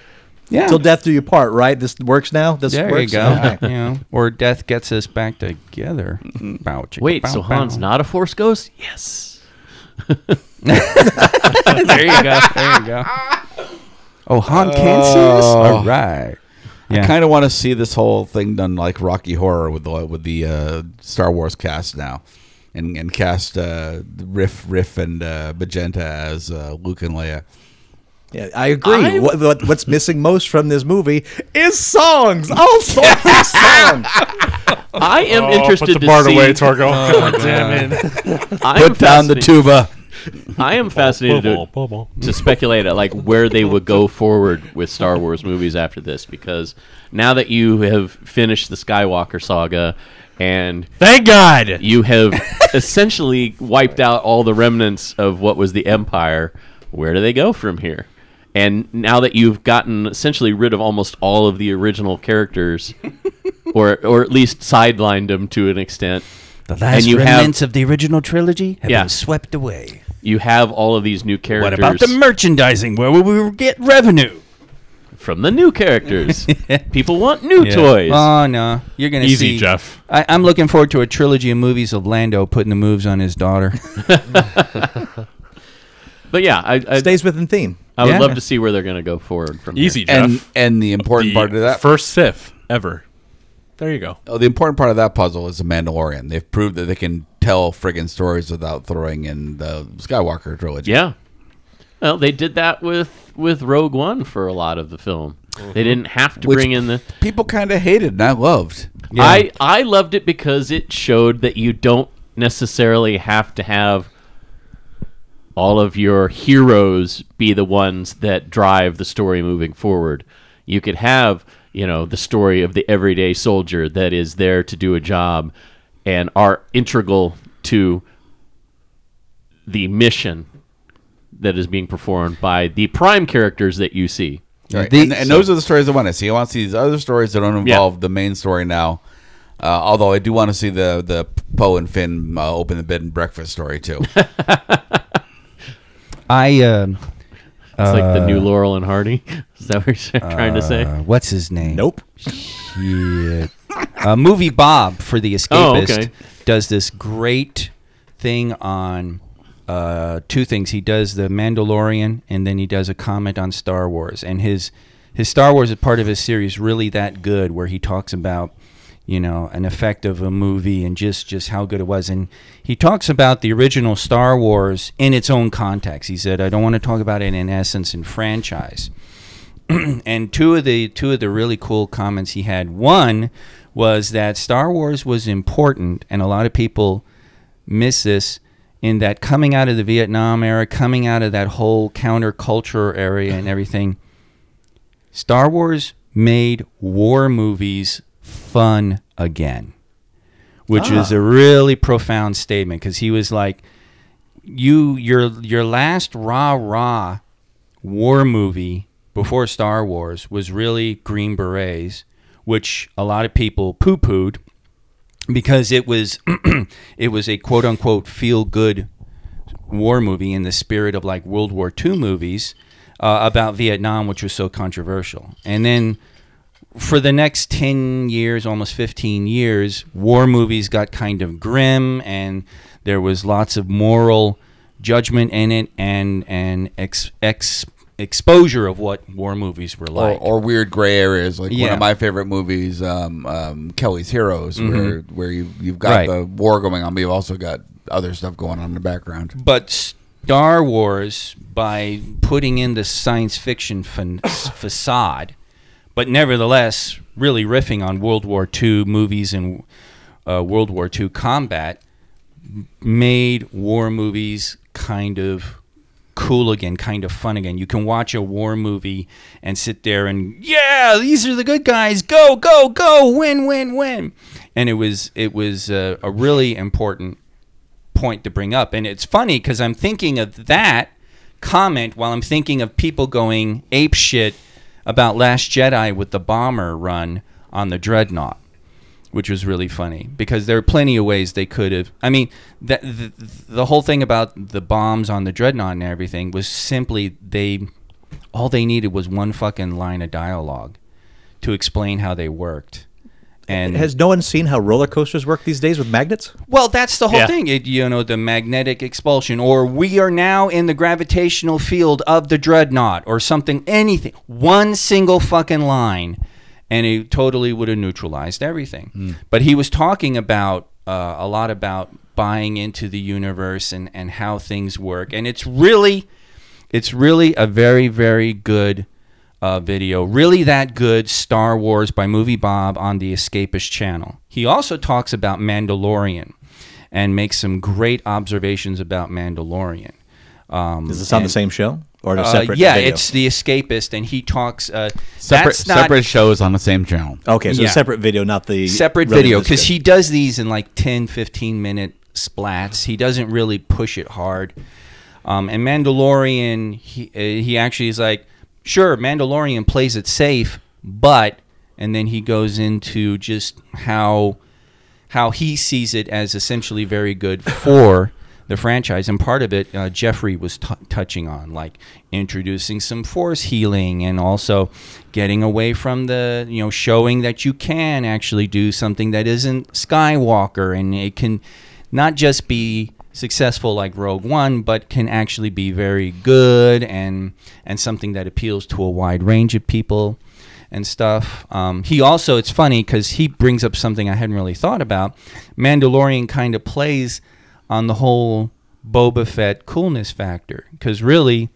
yeah.
till death do you part. Right. This works now. This
There
works.
you
now?
go. you know, or death gets us back together. Bow, chicka,
Wait,
bow,
so Han's
bow.
not a Force ghost? Yes. there you go.
There you go. Oh, Han can see us. All right. Yeah.
I kind of want to see this whole thing done like Rocky Horror with the with the uh, Star Wars cast now, and and cast uh, Riff Riff and uh, Magenta as uh, Luke and Leia.
Yeah, I agree. What, what, what's missing most from this movie is songs. All sorts
(laughs)
of songs.
I am
Oh,
interested
put the
to
Bart
see. (laughs)
away, Targo. damn it.
I'm
Put down the
fascinated-
tuba.
I am fascinated to, to speculate at like where they would go forward with Star Wars movies after this because now that you have finished the Skywalker saga and
Thank God.
(laughs)
you have essentially wiped out all the remnants of what was the empire, where do they go from here? And now that you've gotten essentially rid of almost all of the
(laughs)
original characters or or at least sidelined them to an extent,
the last
and you have-
remnants of the original trilogy have
Yeah.
been swept away.
you have all of these new
What
characters.
about the merchandising? Where will we get revenue?
from the new
(laughs)
characters. People want new toys.
Oh no, you're gonna
Easy,
see-
Jeff.
I, I'm looking forward to a trilogy of movies of Lando putting the moves on his daughter. (laughs)
but yeah, I I,
Stays within theme.
I would
yeah.
love to see where they're going to go forward from here.
Easy, Jeff.
And and the important
The
part of that
First Sith ever. There you go.
Oh, the important part of that puzzle is the Mandalorian. They've proved that they can tell friggin' stories without throwing in the Skywalker trilogy.
Yeah. Well, they did that with with Rogue One for a lot of the film. They didn't have to
Which-
bring in the.
People kind of hated and I loved.
I I loved it because it showed that you don't necessarily have to have all of your heroes be the ones that drive the story moving forward. You could have, you know, the story of the everyday soldier that is there to do a job and are integral to the mission that is being performed by the prime characters that you see.
Right. and, and those are the stories I want to see. I want to see these other stories that don't involve the main story now. Uh, although I do want to see the the Poe and Finn uh, open the bed and breakfast story too.
I um,
It's like the new Laurel and Hardy. (laughs) Is that what you're trying to say?
uh, what's his name?
Nope.
Yeah. uh, movie Bob for the Escapist
Oh, okay.
does this great thing on uh, two things. He does the Mandalorian, and then he does a comment on Star Wars. And his his Star Wars is part of his series, really that good, where he talks about you know an effect of a movie and just just how good it was. And he talks about the original Star Wars in its own context. He said, "I don't want to talk about it in essence and franchise." and two of the two of the really cool comments he had. One was that Star Wars was important, and a lot of people miss this in that coming out of the Vietnam era, coming out of that whole counterculture area and everything. Star Wars made war movies fun again, which is a really profound statement because he was like, "You, your your last rah rah war movie before Star Wars was really Green Berets, which a lot of people poo pooed because it was (clears throat) it was a quote unquote feel good war movie in the spirit of like World War II movies uh, about Vietnam, which was so controversial. And then for the next 10 years, almost 15 years, war movies got kind of grim and there was lots of moral judgment in it and, and ex, ex, exposure of what war movies were
or,
like.
or weird gray areas like one
Yeah. Mm-hmm.
of my favorite movies um, um, kelly's heroes where where you, you've got
Right.
the war going on but you've also got other stuff going on in the background
but Star Wars, by putting in the science fiction fan- facade, but nevertheless really riffing on World War II movies and uh, World War II combat, m- made war movies kind of cool again, kind of fun again. You can watch a war movie and sit there and yeah, these are the good guys. Go, go, go! Win, win, win! And it was it was uh, a really important point to bring up. And it's funny because I'm thinking of that comment while I'm thinking of people going ape shit about Last Jedi with the bomber run on the dreadnought, which was really funny because there are plenty of ways they could have. I mean, that the, the whole thing about the bombs on the dreadnought and everything was simply they all they needed was one fucking line of dialogue to explain how they worked. And
Has no one seen how roller coasters work these days with magnets?
well, that's the whole
Yeah.
thing. It, you know, the magnetic expulsion, or we are now in the gravitational field of the dreadnought, or something, anything. One single fucking line, and it totally would have neutralized everything. But he was talking about uh, a lot about buying into the universe and, and how things work, and it's really, it's really a very very good uh, video. Really that good Star Wars by Movie Bob on the Escapist channel. He also talks about Mandalorian and makes some great observations about Mandalorian. Um,
Is this on the
and-
same show or a
uh,
separate?
yeah,
video?
it's the Escapist, and he talks. Uh,
separate
that's not
separate shows on the same channel
okay. So
yeah.
a separate video, not the
separate
related
video
discussion.
because he does these in like 10 15 minute splats he doesn't really push it hard um, and mandalorian he, uh, he actually is like sure mandalorian plays it safe but and then he goes into just how how he sees it as essentially very good for the franchise. And part of it, uh, Jeffrey was t- touching on, like introducing some force healing and also getting away from the, you know, showing that you can actually do something that isn't Skywalker and it can not just be successful like Rogue One, but can actually be very good and and something that appeals to a wide range of people and stuff. Um, he also, it's funny because he brings up something I hadn't really thought about. Mandalorian kind of plays on the whole Boba Fett coolness factor because really,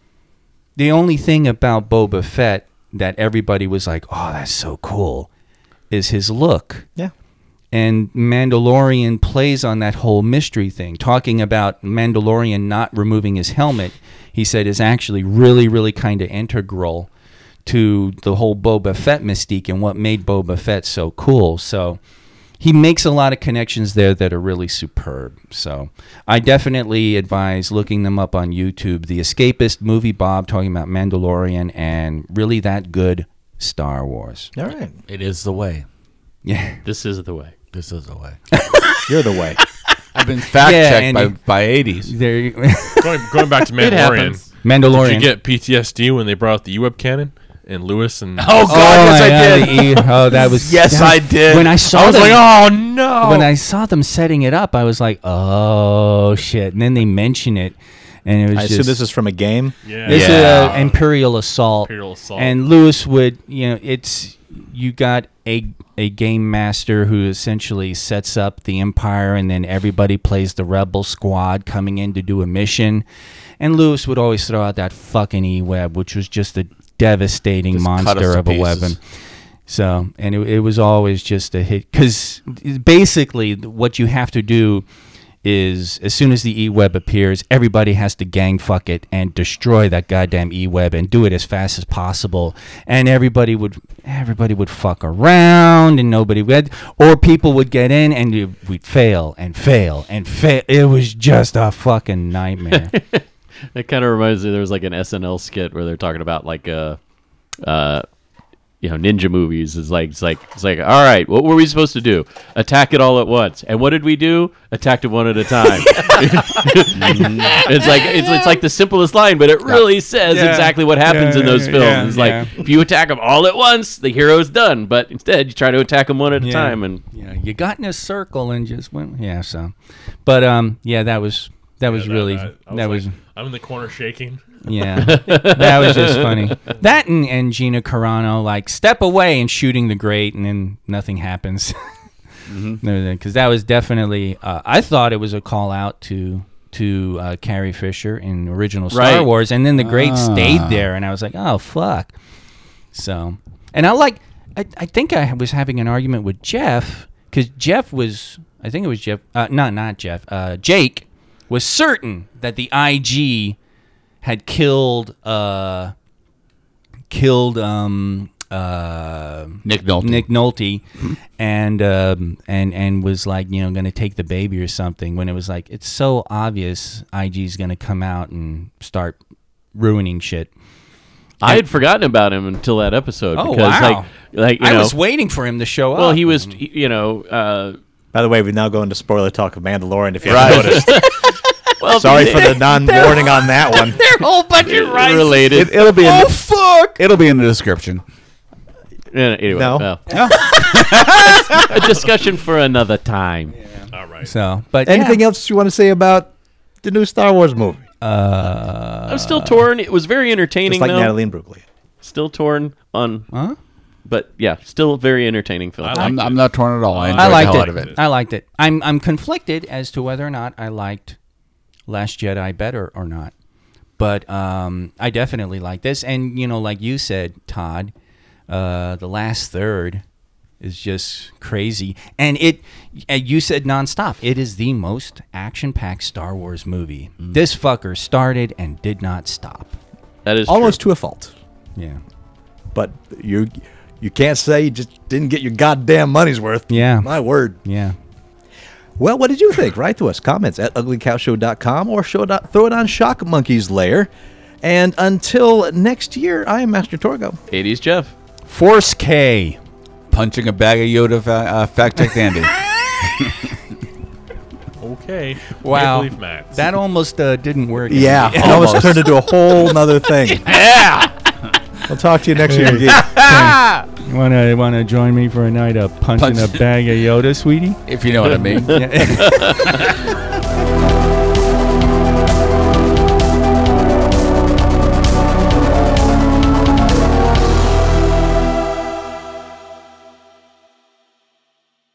the only thing about Boba Fett that everybody was like, "Oh, that's so cool," is his look
yeah.
and Mandalorian plays on that whole mystery thing, talking about Mandalorian not removing his helmet. He said is actually really, really kind of integral to the whole Boba Fett mystique and what made Boba Fett so cool. So he makes a lot of connections there that are really superb. So I definitely advise looking them up on YouTube. The Escapist movie, Bob talking about Mandalorian and really that good Star Wars. (laughs)
All right.
it is the way
Yeah.
This is the way.
This is the way.
You're the way.
I've been (laughs) fact
Yeah,
checked by,
Andy.
by 80s.
There you
Going, going back (laughs) to
It
Mandalorian,
happens.
Mandalorian.
did you get PTSD when they brought out the U-Web cannon and Lewis and?
Oh,
Oh,
God, yes,
my
I
God,
did.
the E- oh, that was
(laughs) Yes,
that was-
I did.
When I saw
I was
them,
like, oh, no.
when I saw them setting it up, I was like, oh shit. And then they mention it, and it was
I
just
assume this is from a game.
yeah.
this
Yeah.
is uh, an imperial assault.
Imperial Assault.
And Lewis would, you know, it's you got a a game master who essentially sets up the empire, and then everybody plays the rebel squad coming in to do a mission. And Lewis would always throw out that fucking e web, which was just a devastating
Just cut us
monster
to
of a
pieces.
weapon. So, and it, it was always just a hit because basically what you have to do is as soon as the e-web appears, everybody has to gang fuck it and destroy that goddamn e-web and do it as fast as possible. And everybody would everybody would fuck around and nobody would or people would get in and you- we'd fail and fail and fail. It was just a fucking (laughs) nightmare.
That kind of reminds me. There was like an SNL skit where they're talking about like uh, uh, you know, ninja movies. It's like it's like it's like all right, what were we supposed to do? Attack it all at once. And what did we do? Attacked it one at a time. (laughs) it's like it's, it's like the simplest line, but it really says exactly what happens in those films. it's like if you attack them all at once, the hero's done. But instead, you try to attack them one at a
Yeah.
time, and
Yeah, you got in a circle and just went. Yeah, so, but um, yeah, that was that was really
I- I
that, was,
like, I'm in the corner shaking.
yeah, that was just funny. That and, and Gina Carano like step away and shooting the grate, and then nothing happens. (laughs) Because that was definitely, uh, I thought it was a call out to to uh, Carrie Fisher in original Star
Right.
Wars, and then the grate stayed there, and I was like, oh fuck. So, and I like, I, I think I was having an argument with Jeff because Jeff was, I think it was Jeff, uh, not not Jeff, uh, Jake was certain that the IG had killed, uh, killed, um, uh,
Nick Nolte.
Nick Nolte,
Mm-hmm.
and um, and and was like, you know, going to take the baby or something. When it was like, it's so obvious, IG's going to come out and start ruining shit.
I had forgotten about him until that episode.
Oh,
because,
wow.
Like, like you
I
know,
was waiting for him to show up. (laughs)
well, he was, you know. Uh,
By the way, we now go into spoiler talk of Mandalorian. If you haven't noticed,
well,
sorry for the non-warning on that one.
their whole bunch of rice.
related.
It, will be in,
Oh fuck!
it'll be in the description.
Uh, Anyway,
No.
well. (laughs) a discussion for another time.
All right.
So,
(laughs)
but
Anything else you want to say about the new Star Wars movie?
I'm still torn. It was very entertaining,
Just like
though.
Natalie and Bruglia.
Still torn on,
Huh?
but yeah, still very entertaining film.
I
I'm,
liked
I'm
it.
not torn at all. I enjoyed
I liked
the hell out
it.
of it.
I liked it. I'm I'm conflicted as to whether or not I liked Last Jedi better or not. But um, I definitely like this, and you know, like you said, Todd, uh, the last third is just crazy, and it. And you said nonstop. It is the most action-packed Star Wars movie.
Mm.
This fucker started and did not stop.
that is
Almost
true.
to a fault,
Yeah.
but you you can't say you just didn't get your goddamn money's worth.
Yeah.
my word.
Yeah.
Well, what did you think? Write to us. Comments at uglycowshow.com or show it, throw it on Shock Monkey's Lair. And until next year, I am Master Torgo.
80s Jeff.
Force K.
Punching a bag of Yoda fa- uh, fact
(laughs)
checked Andy.
Okay. Can't
Wow.
believe Matt.
That almost uh, didn't work.
Yeah,
(laughs)
it almost turned into a whole nother thing. (laughs) yeah. I'll talk to you next year. Geek.
You wanna wanna join me for a night of punching
Punch-
a bag of Yoda, sweetie?
(laughs)
if you know what I mean.
Yeah.